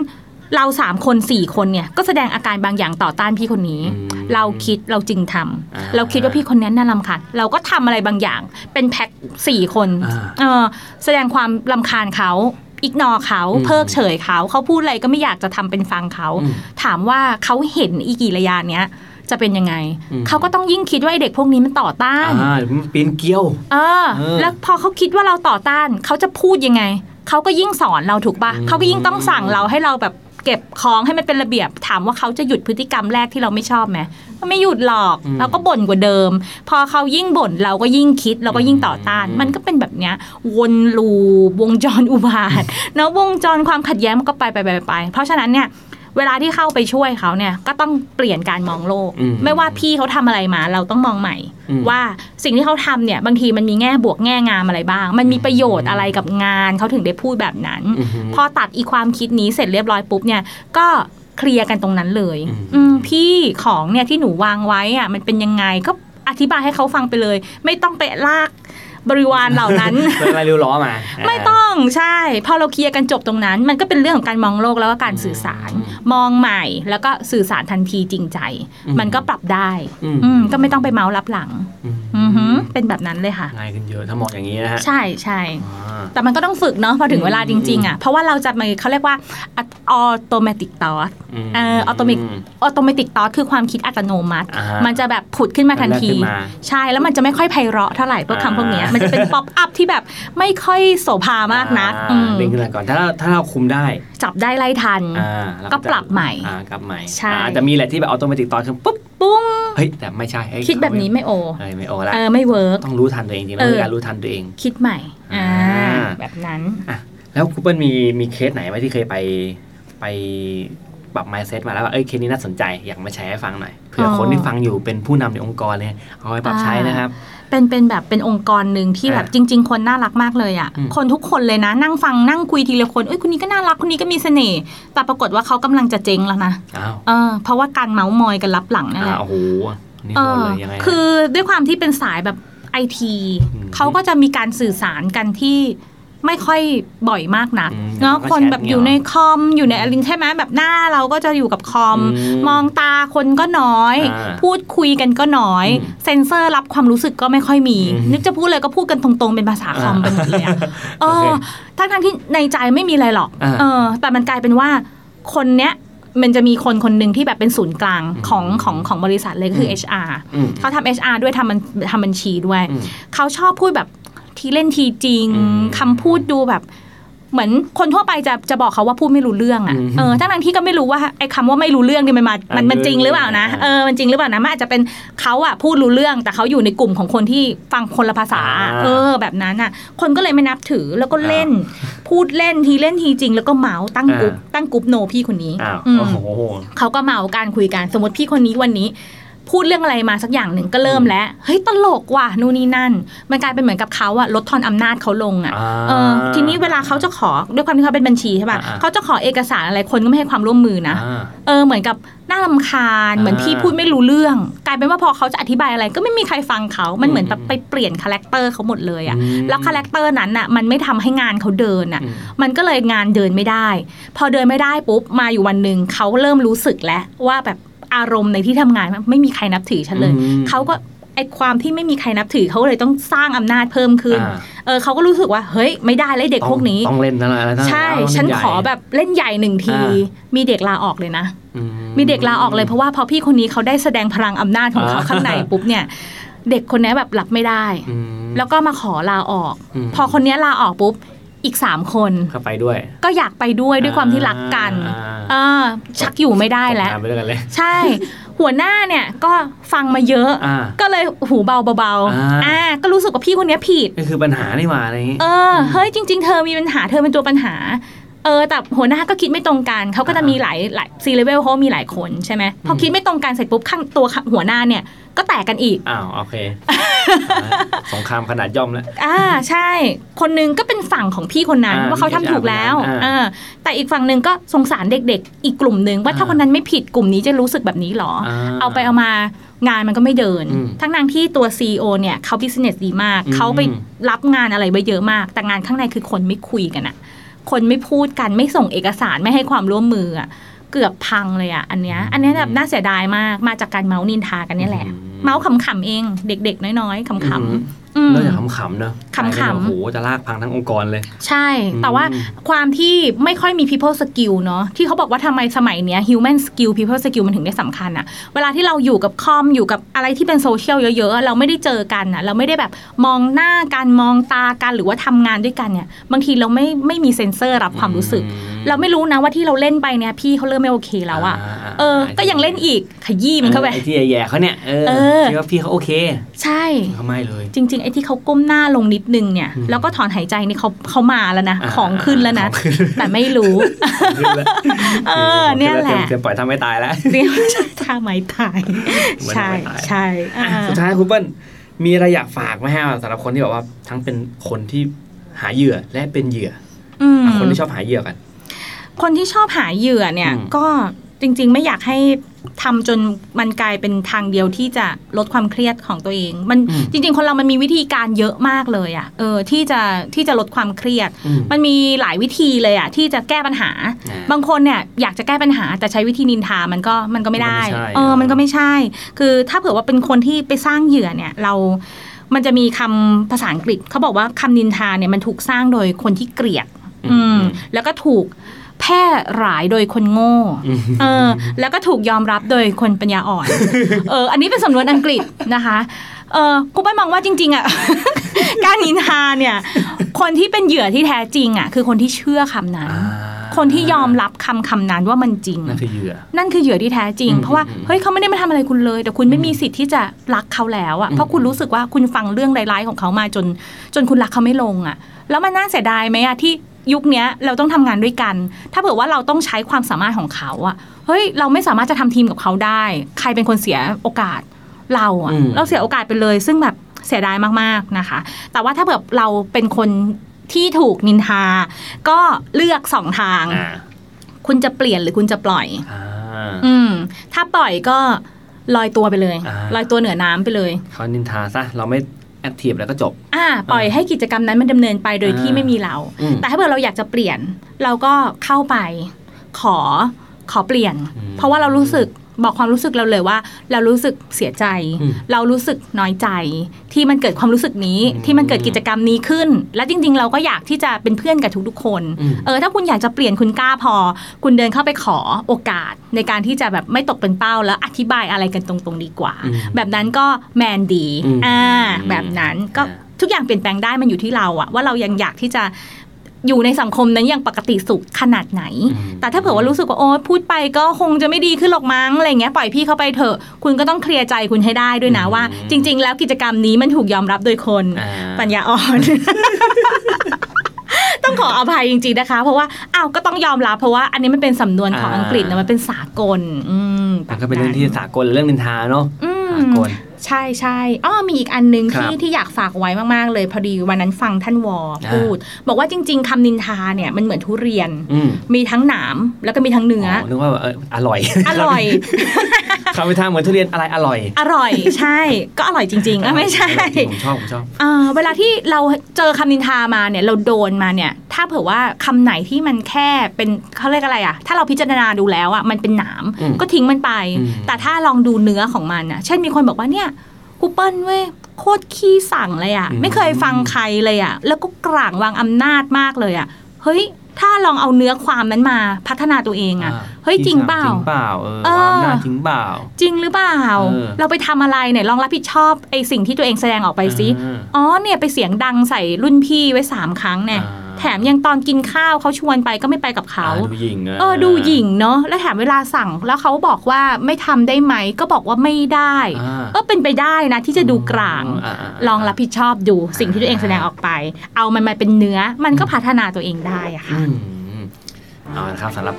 Speaker 3: เราสามคนสี่คนเนี่ยก็แสดงอาการบางอย่างต่อต้านพี่คนนี้
Speaker 5: อืม
Speaker 3: เราคิดเราจริงทำ
Speaker 5: อ่า
Speaker 3: เราคิดว่าพี่คนนี้น่ารำคาญเราก็ทำอะไรบางอย่าง เป็นแพ็คสี่คน
Speaker 5: อ่า
Speaker 3: เออแสดงความรำคาญเขาอิกนอเขา
Speaker 5: อืม
Speaker 3: เพิกเฉยเขาเขาพูดอะไรก็ไม่อยากจะทำเป็นฟังเขา
Speaker 5: อืม
Speaker 3: ถามว่าเขาเห็นอีกกี่ระยะเนี้ยจะเป็นยังไง
Speaker 5: อืม
Speaker 3: เขาก็ต้องยิ่งคิดว่าไอ้เด็กพวกนี้มันต่อต้าน
Speaker 5: อ่ามันปีนเกลียว
Speaker 3: เออ
Speaker 5: เออ
Speaker 3: แล้วพอเขาคิดว่าเราต่อต้านเขาจะพูดยังไง เขาก็ยิ่งสอนเราถูกปะ
Speaker 5: อืม
Speaker 3: เขาก็ยิ่งต้องสั่งเราให้เราแบบเก็บของให้มันเป็นระเบียบ ถามว่าเขาจะหยุดพฤติกรรมแรกที่เราไม่ชอบไหมก็ไม่หยุดหรอกเราก็บ่นกว่าเดิม พอเขายิ่งบ่นเราก็ยิ่งคิดเราก็ยิ่งต่อต้าน มันก็เป็นแบบเนี้ยวนลูปวงจรอุบาท (laughs) เนาะวงจรความขัดแย้งมันก็ไปไปไปไปไปเพราะฉะนั้นเนี่ยเวลาที่เข้าไปช่วยเขาเนี่ยก็ต้องเปลี่ยนการมองโลก
Speaker 5: อืม
Speaker 3: ไม่ว่าพี่เขาทำอะไรมาเราต้องมองใหม่
Speaker 5: อืม
Speaker 3: ว่าสิ่งที่เขาทำเนี่ยบางทีมันมีแง่บวกแง่งามอะไรบ้าง มันมีประโยชน์อะไรกับงานเขาถึงได้พูดแบบนั้น
Speaker 5: อื้อหือ
Speaker 3: พอตัดอีความคิดนี้เสร็จเรียบร้อยปุ๊บเนี่ยก็เคลียร์กันตรงนั้นเลย
Speaker 5: อืม
Speaker 3: อืมพี่ของเนี่ยที่หนูวางไว้อ่ะมันเป็นยังไงก็อธิบายให้เขาฟังไปเลย ไม่ต้องไปลากบริวารเหล่านั้น
Speaker 5: เป็นอะไรริ้วล้อมาา
Speaker 3: ไม่ต้องใช่ พอเราเคลียร์กันจบตรงนั้น มันก็เป็นเรื่องของการมองโลกแล้วก็การสื่อสาร
Speaker 5: อืม
Speaker 3: มองใหม่แล้วก็สื่อสารทันทีจริงใจ
Speaker 5: อืม
Speaker 3: มันก็ปรับได้
Speaker 5: อืม
Speaker 3: อืมก็ไม่ต้องไปเมาส์รับหลัง
Speaker 5: อืม
Speaker 3: อื อือหือเป็นแบบนั้นเลยค่ะ
Speaker 5: ง่ายขึ้นเยอะถ้ามองอย่างนี้นะฮะ
Speaker 3: ใช่ใช่
Speaker 5: อ่า
Speaker 3: แต่มันก็ต้องฝึกเนาะพอถึงเวลาจริงๆอ่ะเพราะว่าเราจะมาเขาเรียกว่าออโตเมติกตอส เอ่อ automatic ออโตเมติกตอสคือความคิดอัตโนมัติ
Speaker 5: อ่าฮะ
Speaker 3: มันจะแบบผุดขึ้นมาทันที
Speaker 5: มันแลบขึ้นมา
Speaker 3: ใช่แล้วมันจะไม่ค่อยไพเราะเท่าไหร่พวก
Speaker 5: อ่า
Speaker 3: คำพวกเนี้ยมันจะเป็นป๊อปอัพที่แบบไม่ค่อยโสภามากนัก
Speaker 5: อ่า
Speaker 3: อืม
Speaker 5: เล็งขึ้นมาก่อนถ้าเราถ้าเราคุมได้
Speaker 3: จับได้ไล่ทัน
Speaker 5: อ่าเรา
Speaker 3: ก็ปรับใหม่
Speaker 5: อ่ากลับใหม่
Speaker 3: ใช่
Speaker 5: อ่าแต่มีแหละที่แบบออโตเมติกตอนคือปุ๊บ
Speaker 3: ปุ้ง
Speaker 5: เฮ้ยแต่ไม่ใช่เฮ้ย
Speaker 3: คิดแบบนี้ไม่โอ
Speaker 5: เฮ้ยไม่โอละ
Speaker 3: เออไม่เวิร์ก
Speaker 5: ต้องรู้ทันตัวเองจริงๆแล้ว
Speaker 3: เออ
Speaker 5: คือการรู้ทันตัวเอง
Speaker 3: คิดใหม่อ่า
Speaker 5: อ่า
Speaker 3: แบบนั้น
Speaker 5: แล้วคุณเปิ้ลมีมีเคสไหนไหมที่เคยไปไปปรับ mindset มาแล้วว่าเอ้ยเคสนี้น่าสนใจอยากมาแชร์ให้ฟังหน่อยเผื่อคนที่ฟังอยู่เป็นผู้นำในองค์กรเนี่ยเอาไปปรับใช้นะครับ
Speaker 3: เป็นเป็นแบบเป็นองค์กรหนึ่งที่แบบ
Speaker 5: อ่า
Speaker 3: จริง ๆ คนน่ารักมากเลยอะ่ะ
Speaker 5: อืม
Speaker 3: คนทุกคนเลยนะ นั่งฟังนั่งคุยทีละคนเอ้ยคนนี้ก็น่ารักคนนี้ก็มีเสน่ห์แต่ปรากฏว่าเขากำลังจะเจ๊งแล้วนะ
Speaker 5: อ้าว
Speaker 3: เออเพราะว่าการเมาส์มอยกันรับหลังนั่นแห
Speaker 5: อ่า
Speaker 3: ละ
Speaker 5: โอ้โหนี่
Speaker 3: เอ
Speaker 5: โด
Speaker 3: อ
Speaker 5: นเลยยังไงฮะ
Speaker 3: คือด้วยความที่เป็นสายแบบไอที
Speaker 5: อืม
Speaker 3: เขาก็จะมีการสื่อสารกันที่ไม่ค่อยบ่อยมากนัก
Speaker 5: อืม
Speaker 3: เนาะ
Speaker 5: แล้วก็
Speaker 3: คน
Speaker 5: แชท
Speaker 3: แบบ
Speaker 5: เงี้
Speaker 3: อ
Speaker 5: ย
Speaker 3: ยู่ในคอมอยู่ใน
Speaker 5: อืม
Speaker 3: อลินใช่ไหมแบบหน้าเราก็จะอยู่กับคอม
Speaker 5: อืม
Speaker 3: มองตาคนก็น้อย
Speaker 5: อ่า
Speaker 3: พูดคุยกันก็น้อย
Speaker 5: อืม
Speaker 3: เซนเซอร์รับความรู้สึกก็ไม่ค่อยมี
Speaker 5: อืม
Speaker 3: นึกจะพูดเลยก็พูดกันตรงๆเป็นภาษาคอมไปหมดเลยอะเอ
Speaker 5: โอเค
Speaker 3: อทั้งทที่ในใจไม่มีอะไรหรอก
Speaker 5: อ่า
Speaker 3: เออ แต่มันกลายเป็นว่าคนเนี้ยมันจะมีคนคนหนึ่งที่แบบเป็นศูนย์กลางของ
Speaker 5: อืม
Speaker 3: ของของบริษัทเลยก็คืออ HR
Speaker 5: อืม
Speaker 3: เขาทำ HR ด้วยทำมันทำบัญชีด้วย
Speaker 5: อืม
Speaker 3: เขาชอบพูดแบบทีเล่นทีจริง
Speaker 5: อืม
Speaker 3: คำพูดดูแบบ เหมือนคนทั่วไปจะจะบอกเขาว่าพูดไม่รู้เรื่องอะ่ะ
Speaker 5: อืม
Speaker 3: เออทั้งนั้นที่ก็ไม่รู้ว่าไอ้คำว่าไม่รู้เรื่องเนี่ยมันมามันมันจริงหรือเปล่านะ
Speaker 5: อ่า
Speaker 3: เออมันจริงหรือเปล่านะมันอาจจะเป็นเขาอะพูดรู้เรื่อง แต่เขาอยู่ในกลุ่มของคนที่ฟังคนละภาษา
Speaker 5: อ่า
Speaker 3: เออ แบบนั้นอะ่ะ คนก็เลยไม่นับถือแล้วก็เล่น พูดเล่นทีเล่นทีจริง แล้วก็เมาส์ตั้งกลุ่ม
Speaker 5: อ่า
Speaker 3: ตั้งกลุ่มโนพี่คนนี้
Speaker 5: อ้าว
Speaker 3: อืม
Speaker 5: โอ้โห
Speaker 3: เขาก็เมาการคุยกันสมมติพี่คนนี้วันนี้ พูดเรื่องอะไรมาสักอย่างหนึ่งก็เริ่ม
Speaker 5: อืม
Speaker 3: แล้วเฮ้ยตลกว่ะนู่นนี่นั่น มันกลายเป็นเหมือนกับเขาอะลดทอนอำนาจเขาลงอะ
Speaker 5: อ่า
Speaker 3: เออทีนี้เวลาเขาจะขอด้วยความที่เขาเป็นบัญชีใช่ป่ะ
Speaker 5: อ่า
Speaker 3: เขาจะขอเอกสารอะไรคนก็ไม่ให้ความร่วมมือนะ
Speaker 5: อ่า
Speaker 3: เออเหมือนกับน่ารำคาญ
Speaker 5: อ่า
Speaker 3: เหมือนพี่พูดไม่รู้เรื่อง กลายเป็นว่าพอเขาจะอธิบายอะไรก็ไม่มีใครฟังเขา มันเหมือนแบบ
Speaker 5: อืม
Speaker 3: ไปเปลี่ยนคาแรคเตอร์เขาหมดเลยอะ
Speaker 5: อืม
Speaker 3: แล้วคาแรคเตอร์นั้นอะมันไม่ทำให้งานเขาเดินอะ
Speaker 5: อืม
Speaker 3: มันก็เลยงานเดินไม่ได้ พอเดินไม่ได้ปุ๊บมาอยู่วันหนึ่งเขาเริ่มรู้สึกแล้วว่าแบบอารมณ์ในที่ทำงานมันไม่มีใครนับถือฉันเลย
Speaker 5: อืม
Speaker 3: เขาก็ไอความที่ไม่มีใครนับถือเขาเลยต้องสร้างอำนาจเพิ่มขึ้น
Speaker 5: อ่า
Speaker 3: เออเขาก็รู้สึกว่าเฮ้ยไม่ได้เลยเด็กพวกนี้
Speaker 5: ต้องต้องเล่นอะไรนะต้อง
Speaker 3: ใช่
Speaker 5: ต้องเล่
Speaker 3: ฉัน
Speaker 5: ใหญ่
Speaker 3: ขอแบบเล่นใหญ่หนึ่งที
Speaker 5: อ่า
Speaker 3: มีเด็กลาออกเลยนะ
Speaker 5: อื
Speaker 3: มีเด็กลาออกเลยเพราะว่าพอพี่คนนี้เขาได้แสดงพลังอำนาจของเขาข้างในปุ๊บเนี่ยเด็กคนนี้แบบรับไม่ได้
Speaker 5: อืม
Speaker 3: แล้วก็มาขอลาออก
Speaker 5: ม
Speaker 3: พอคนนี้ลาออกปุ๊บอีกสามคน
Speaker 5: เข้าไปด้วย
Speaker 3: ก็อยากไปด้วยด้วยความที่รักกัน
Speaker 5: อ่า
Speaker 3: เออชักอยู่ไม่ได้แล้ว
Speaker 5: ทำไปด้วยกันเลย
Speaker 3: ใช่ หัวหน้าเนี่ยก็ฟังมาเยอะ
Speaker 5: อ่า
Speaker 3: ก็เลยหูเบาเบา
Speaker 5: อ่า
Speaker 3: ๆอ่าก็รู้สึกว่าพี่คนเนี้ยผิด
Speaker 5: นี่คือปัญหานี่หว่าอะไรอย่างงี้
Speaker 3: เออเฮ้ยจริง ๆ เธอมีปัญหาเธอเป็นตัวปัญหา เออแต่หัวหน้าก็คิดไม่ตรงกันเขาก็จะ
Speaker 5: อ่ามี
Speaker 3: มีหลายหลายซีเลเวลเขามีหลายคนใช่ไหมพออ
Speaker 5: ม
Speaker 3: คิดไม่ตรงกันเสร็จปุ๊บข้างตัวหัวหน้าเนี่ยก็แตกกันอีก
Speaker 5: อ้าวโอ
Speaker 3: (laughs)
Speaker 5: เค สงครามขนาดย่อมแล้ว
Speaker 3: อ่าใช่ คนหนึงก็เป็นฝั่งของพี่คนนั้น
Speaker 5: อ่า
Speaker 3: ว่าเขาทำถูกแล้ว
Speaker 5: อ่า
Speaker 3: เออแต่อีกฝั่งหนึ่งก็สงสารเด็กๆ อีกกลุ่มหนึ่งว่าถ้า
Speaker 5: อ่า
Speaker 3: คนนั้นไม่ผิดกลุ่มนี้จะรู้สึกแบบนี้หรอ เอาไปเอามางานมันก็ไม่เดิน
Speaker 5: อืม
Speaker 3: ทั้งนางที่ตัว c ีอเนี่ยเขา business ดีมาก
Speaker 5: อืม
Speaker 3: เขาไปรับงานอะไรไว้เยอะมาก แต่งานข้างในคือคนไม่คุยกันอะคนไม่พูดกันไม่ส่งเอกสารไม่ให้ความร่วมมืออะเกือบพังเลยอะอันเนี้ยอันเนี้ยแบบน่าเสียดายมากมาจากการเมาส์นินทากันเนี่ยแหละ
Speaker 5: อื
Speaker 3: เมาส์ขำๆเองเด็กๆ น้อยๆข
Speaker 5: อืม
Speaker 3: ำๆอืม
Speaker 5: นอกจากขำๆเนอะ
Speaker 3: ขำๆ
Speaker 5: ใช่โอ้โหจะลากพังทั้งองค์กรเลย
Speaker 3: ใช่
Speaker 5: อืม
Speaker 3: แต่ว่าความที่ไม่ค่อยมี people skill เนอะที่เขาบอกว่าทำไมสมัยเนี้ย human skill people skill มันถึงได้สำคัญอะเวลาที่เราอยู่กับคอม อยู่กับอะไรที่เป็นโซเชียลเยอะๆ เราไม่ได้เจอกันอะเราไม่ได้แบบมองหน้ากัน มองตากัน หรือว่าทำงานด้วยกันเนี่ย บางทีเราไม่ไม่มีเซนเซอร์รับความรู้สึก เราไม่รู้นะว่าที่เราเล่นไปเนี่ยพี่เขาเริ่มไม่โอเคแล้วอะ
Speaker 5: า
Speaker 3: เออ ก็ยังเล่นอีกขยี้มันเข้าไป
Speaker 5: ไอ้ที่แย่ๆเขาเนี่ยเออ
Speaker 3: เออ
Speaker 5: คิดว่าพี่เขาโอเค
Speaker 3: ใช่
Speaker 5: เขาไม่เลย
Speaker 3: จริงๆ ไอ้ที่เขาก้มหน้าลงนิดนึงเนี่ย
Speaker 5: อืม
Speaker 3: แล้วก็ถอนหายใจนี่เขาเขามาแล้วนะ
Speaker 5: อ่า
Speaker 3: ของขึ้นแล้วนะ
Speaker 5: ของขึ้น
Speaker 3: แต่ไม่รู้ เออเนี่ยแหละ
Speaker 5: เตรียมปล่อยทำให้ตายแล้ว
Speaker 3: เรียกว่าทางไม้ (laughs) ตาย
Speaker 5: เหมือน
Speaker 3: ใช่
Speaker 5: (laughs) ทางไม้ตาย
Speaker 3: ใช่อ่า
Speaker 5: สุดท้ายคุณเปิ้ลมีอะไรอยากฝากไหมฮะสำหรับคนที่แบบว่าทั้งเป็นคนที่หาเหยื่อและเป็นเหยื่อ
Speaker 3: อืม
Speaker 5: อ่ะคนที่ชอบหาเหยื่อกัน
Speaker 3: คนที่ชอบหาเหยื่อเนี่ย
Speaker 5: อืม
Speaker 3: ก็จริงๆ ไม่อยากให้ทำจนมันกลายเป็นทางเดียวที่จะลดความเครียดของตัวเอง มันจริง ๆ คนเรามันมีวิธีการเยอะมากเลยอ่ะ เออที่จะที่จะลดความเครียด
Speaker 5: อืม
Speaker 3: มันมีหลายวิธีเลยอ่ะที่จะแก้ปัญหา
Speaker 5: อ่า
Speaker 3: บางคนเนี่ยอยากจะแก้ปัญหาแต่ใช้วิธีนินทามันก็มันก็ไม่ได้
Speaker 5: มันก็ไม่ใช่
Speaker 3: เออ
Speaker 5: อ่ะ
Speaker 3: มันก็ไม่ใช่ คือถ้าเผื่อว่าเป็นคนที่ไปสร้างเหยื่อเนี่ย เรา มันจะมีคำภาษาอังกฤษเขาบอกว่าคำนินทาเนี่ยมันถูกสร้างโดยคนที่เกลียด
Speaker 5: อื
Speaker 3: อื
Speaker 5: ม
Speaker 3: มแล้วก็ถูกแพร่หลายโดยคนโง่
Speaker 5: อืม
Speaker 3: เออ แล้วก็ถูกยอมรับโดยคนปัญญาอ่อน
Speaker 5: (laughs)
Speaker 3: เออ อันนี้เป็นสำนวนอังกฤษนะคะ เออคุณไม่มองว่าจริง ๆ อ่ะ (laughs) การนินทาเนี่ย คนที่เป็นเหยื่อที่แท้จริงอ่ะ คือคนที่เชื่อคำนั้น
Speaker 5: อ่า
Speaker 3: คนที่ยอมรับคำคำนั้นว่ามันจริง
Speaker 5: นั่นคือเหยื่อ
Speaker 3: นั่นคือเหยื่อที่แท้จริง
Speaker 5: อืม
Speaker 3: เพราะว่า
Speaker 5: อืม
Speaker 3: เฮ้ยเขาไม่ได้มาทำอะไรคุณเลย แต่คุณไม่มีสิทธิ์ที่จะรักเขาแล้วอะ
Speaker 5: อืม
Speaker 3: เพราะคุณรู้สึกว่าคุณฟังเรื่องร้ายๆของเขามาจน จนคุณรักเขาไม่ลงอะแล้วมันน่าเสียดายไหมอะที่ยุคเนี้ยเราต้องทำงานด้วยกัน ถ้าเผื่อว่าเราต้องใช้ความสามารถของเขาอะเฮ้ยเราไม่สามารถจะทำทีมกับเขาได้ ใครเป็นคนเสียโอกาสเราอะ
Speaker 5: อืม
Speaker 3: เราเสียโอกาสไปเลย ซึ่งแบบเสียดายมากๆนะคะ แต่ว่าถ้าเผื่อเราเป็นคนที่ถูกนินทา ก็เลือกสองทาง
Speaker 5: อ่า
Speaker 3: คุณจะเปลี่ยนหรือคุณจะปล่อย
Speaker 5: อ่า
Speaker 3: อืม ถ้าปล่อยก็ลอยตัวไปเลย
Speaker 5: อ่า
Speaker 3: ลอยตัวเหนือน้ำไปเลย
Speaker 5: เขานินทาซะเราไม่แอคทีฟแล้วก็จบ
Speaker 3: อ่า ปล่อยให้กิจกรรมนั้นมันดำเนินไปโดย
Speaker 5: อ่า
Speaker 3: ที่ไม่มีเรา
Speaker 5: อืม
Speaker 3: แต่ถ้าเกิดเราอยากจะเปลี่ยน เราก็เข้าไป ขอขอเปลี่ยน
Speaker 5: อืม
Speaker 3: เพราะว่าเรารู้สึกบอกความรู้สึกเราเลยว่า เรารู้สึกเสียใจ
Speaker 5: อืม
Speaker 3: เรารู้สึกน้อยใจ ที่มันเกิดความรู้สึกนี้
Speaker 5: อืม
Speaker 3: ที่มันเกิดกิจกรรมนี้ขึ้น และจริง ๆ เราก็อยากที่จะเป็นเพื่อนกับทุกๆคน
Speaker 5: อืม
Speaker 3: เออถ้าคุณอยากจะเปลี่ยนคุณกล้าพอ คุณเดินเข้าไปขอโอกาสในการที่จะแบบไม่ตกเป็นเป้าแล้วอธิบายอะไรกันตรงๆดีกว่า
Speaker 5: อืม
Speaker 3: แบบนั้นก็แมนดี
Speaker 5: อืม
Speaker 3: อ่า
Speaker 5: อืม
Speaker 3: แบบนั้นก็
Speaker 5: อ่า
Speaker 3: ทุกอย่างเปลี่ยนแปลงได้มันอยู่ที่เราอะว่าเรายังอยากที่จะอยู่ในสังคมนั้นอย่างปกติสุขขนาดไหน
Speaker 5: อืม
Speaker 3: แต่ถ้าเผื่อว่ารู้สึกว่าโอ๊ยพูดไปก็คงจะไม่ดีขึ้นหรอกมั้งอะไรเงี้ยปล่อยพี่เข้าไปเถอะคุณก็ต้องเคลียร์ใจคุณให้ได้ด้วยนะ
Speaker 5: อืม
Speaker 3: ว่า จริง ๆ แล้วกิจกรรมนี้มันถูกยอมรับโดยคน
Speaker 5: อ่า
Speaker 3: ปัญญาอ่อน (laughs) ต้องขออภัยจริงๆนะคะ เพราะว่าอ้าวก็ต้องยอมรับเพราะว่าอันนี้มันเป็นสำนวนของ
Speaker 5: อ่า
Speaker 3: อังกฤษนะมันเป็นสากล อืม
Speaker 5: มันก็เป็นเรื่องที่สากลเรื่องนินทาเนาะ
Speaker 3: อืม
Speaker 5: สากล
Speaker 3: ใช่ใช่อ้อมีอีกอันหนึง
Speaker 5: ครับ
Speaker 3: ที่ที่อยากฝากไว้มากๆ เลยพอดีวันนั้นฟังท่านวอพูด บอกว่าจริง ๆคำนินทาเนี่ยมันเหมือนทุเรียน
Speaker 5: อืม
Speaker 3: มีทั้งหนามแล้วก็มีทั้งเนื้ออ
Speaker 5: นึกว่าแบบเอออร่อย
Speaker 3: อร่อย (laughs)
Speaker 5: คำวิ (laughs) ทางเหมือนทุเรียนอะไรอร่อย
Speaker 3: อร่อยใช่ ก็อร่อยจริงๆอ่ะไม่ใช่
Speaker 5: ผมชอบผมชอบ
Speaker 3: อ่าเวลาที่เราเจอคำนินทามาเนี่ยเราโดนมาเนี่ย ถ้าเผื่อว่าคำไหนที่มันแค่เป็นเขาเรียกอะไรอะถ้าเราพิจารณาดูแล้วอะมันเป็นหนาม
Speaker 5: อืม
Speaker 3: ก็ทิ้งมันไป
Speaker 5: อืม
Speaker 3: แต่ถ้าลองดูเนื้อของมันอะเช่นมีคนบอกว่าเนี่ยกูเปิลเว้ยโคตรขี้สั่งเลยอะไม่เคยฟังใครเลยอะแล้วก็กลางวางอำนาจมากเลยอะเฮ้ยถ้าลองเอาเนื้อความนั้นมาพัฒนาตัวเองอะ เฮ้ยจริงเปล่า
Speaker 5: จริงเปล่าเออ
Speaker 3: เออ
Speaker 5: ความน่าจริงเปล่า
Speaker 3: จริงหรือเปล่า
Speaker 5: เออ
Speaker 3: เราไปทำอะไรเนี่ยลองรับผิดชอบไอสิ่งที่ตัวเองแสดงออกไปสิ
Speaker 5: อ่า
Speaker 3: อ๋อเนี่ยไปเสียงดังใส่รุ่นพี่ไว้สามครั้งเนี่ย
Speaker 5: อ่า
Speaker 3: แถมยังตอนกินข้าวเขาชวนไปก็ไม่ไปกับเขา
Speaker 5: อ่ดูหญิงะ
Speaker 3: เออดูหยิ่งเนาะแล้วแถมเวลาสั่งแล้วเขาบอกว่าไม่ทำได้ไหมก็บอกว่าไม่ได้
Speaker 5: อ่า
Speaker 3: ก็เป็นไปได้นะที่จะดูกลาง
Speaker 5: าา
Speaker 3: ลองรับผิดชอบดูสิ่งที่ตัวเองแสดงออกไป เอามันมาเป็นเนื้อมันก็พัฒนาตัวเองได้อะค่ะ
Speaker 5: อืมเอาละครับสำหรับ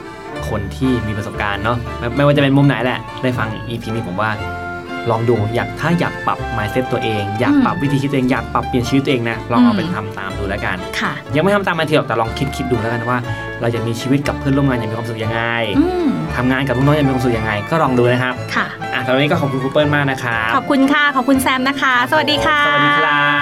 Speaker 5: คนที่มีประสบการณ์เนาะไม่ไม่ว่าจะเป็นมุมไหนแหละ ได้ฟัง EP นี้ผมว่า ลองดูอยากถ้าอยากปรับ mindset ตัวเอง อยาก
Speaker 3: อืม
Speaker 5: ปรับวิธีคิดตัวเองอยากปรับเปลี่ยนชีวิตตัวเองนะลองเอาไปทำตามดูแล้วกัน
Speaker 3: ค่ะ
Speaker 5: ยังไม่ทำตามมาเทียบแต่ลองคิดคิดดูแล้วกันว่า เราจะมีชีวิตกับเพื่อนร่วมงานอย่างมีความสุขยังไง
Speaker 3: อืม
Speaker 5: ทำงานกับลูกน้องอย่างมีความสุขยังไง ก็ลองดูนะครับ
Speaker 3: ค่ะ
Speaker 5: อ่ะตอนนี้ก็ขอบคุณครูเปิ้ลมากนะครับ
Speaker 3: ขอบคุณค่ะขอบคุณแซมนะคะ สวัสดีค่ะ
Speaker 5: สวัสดีครับ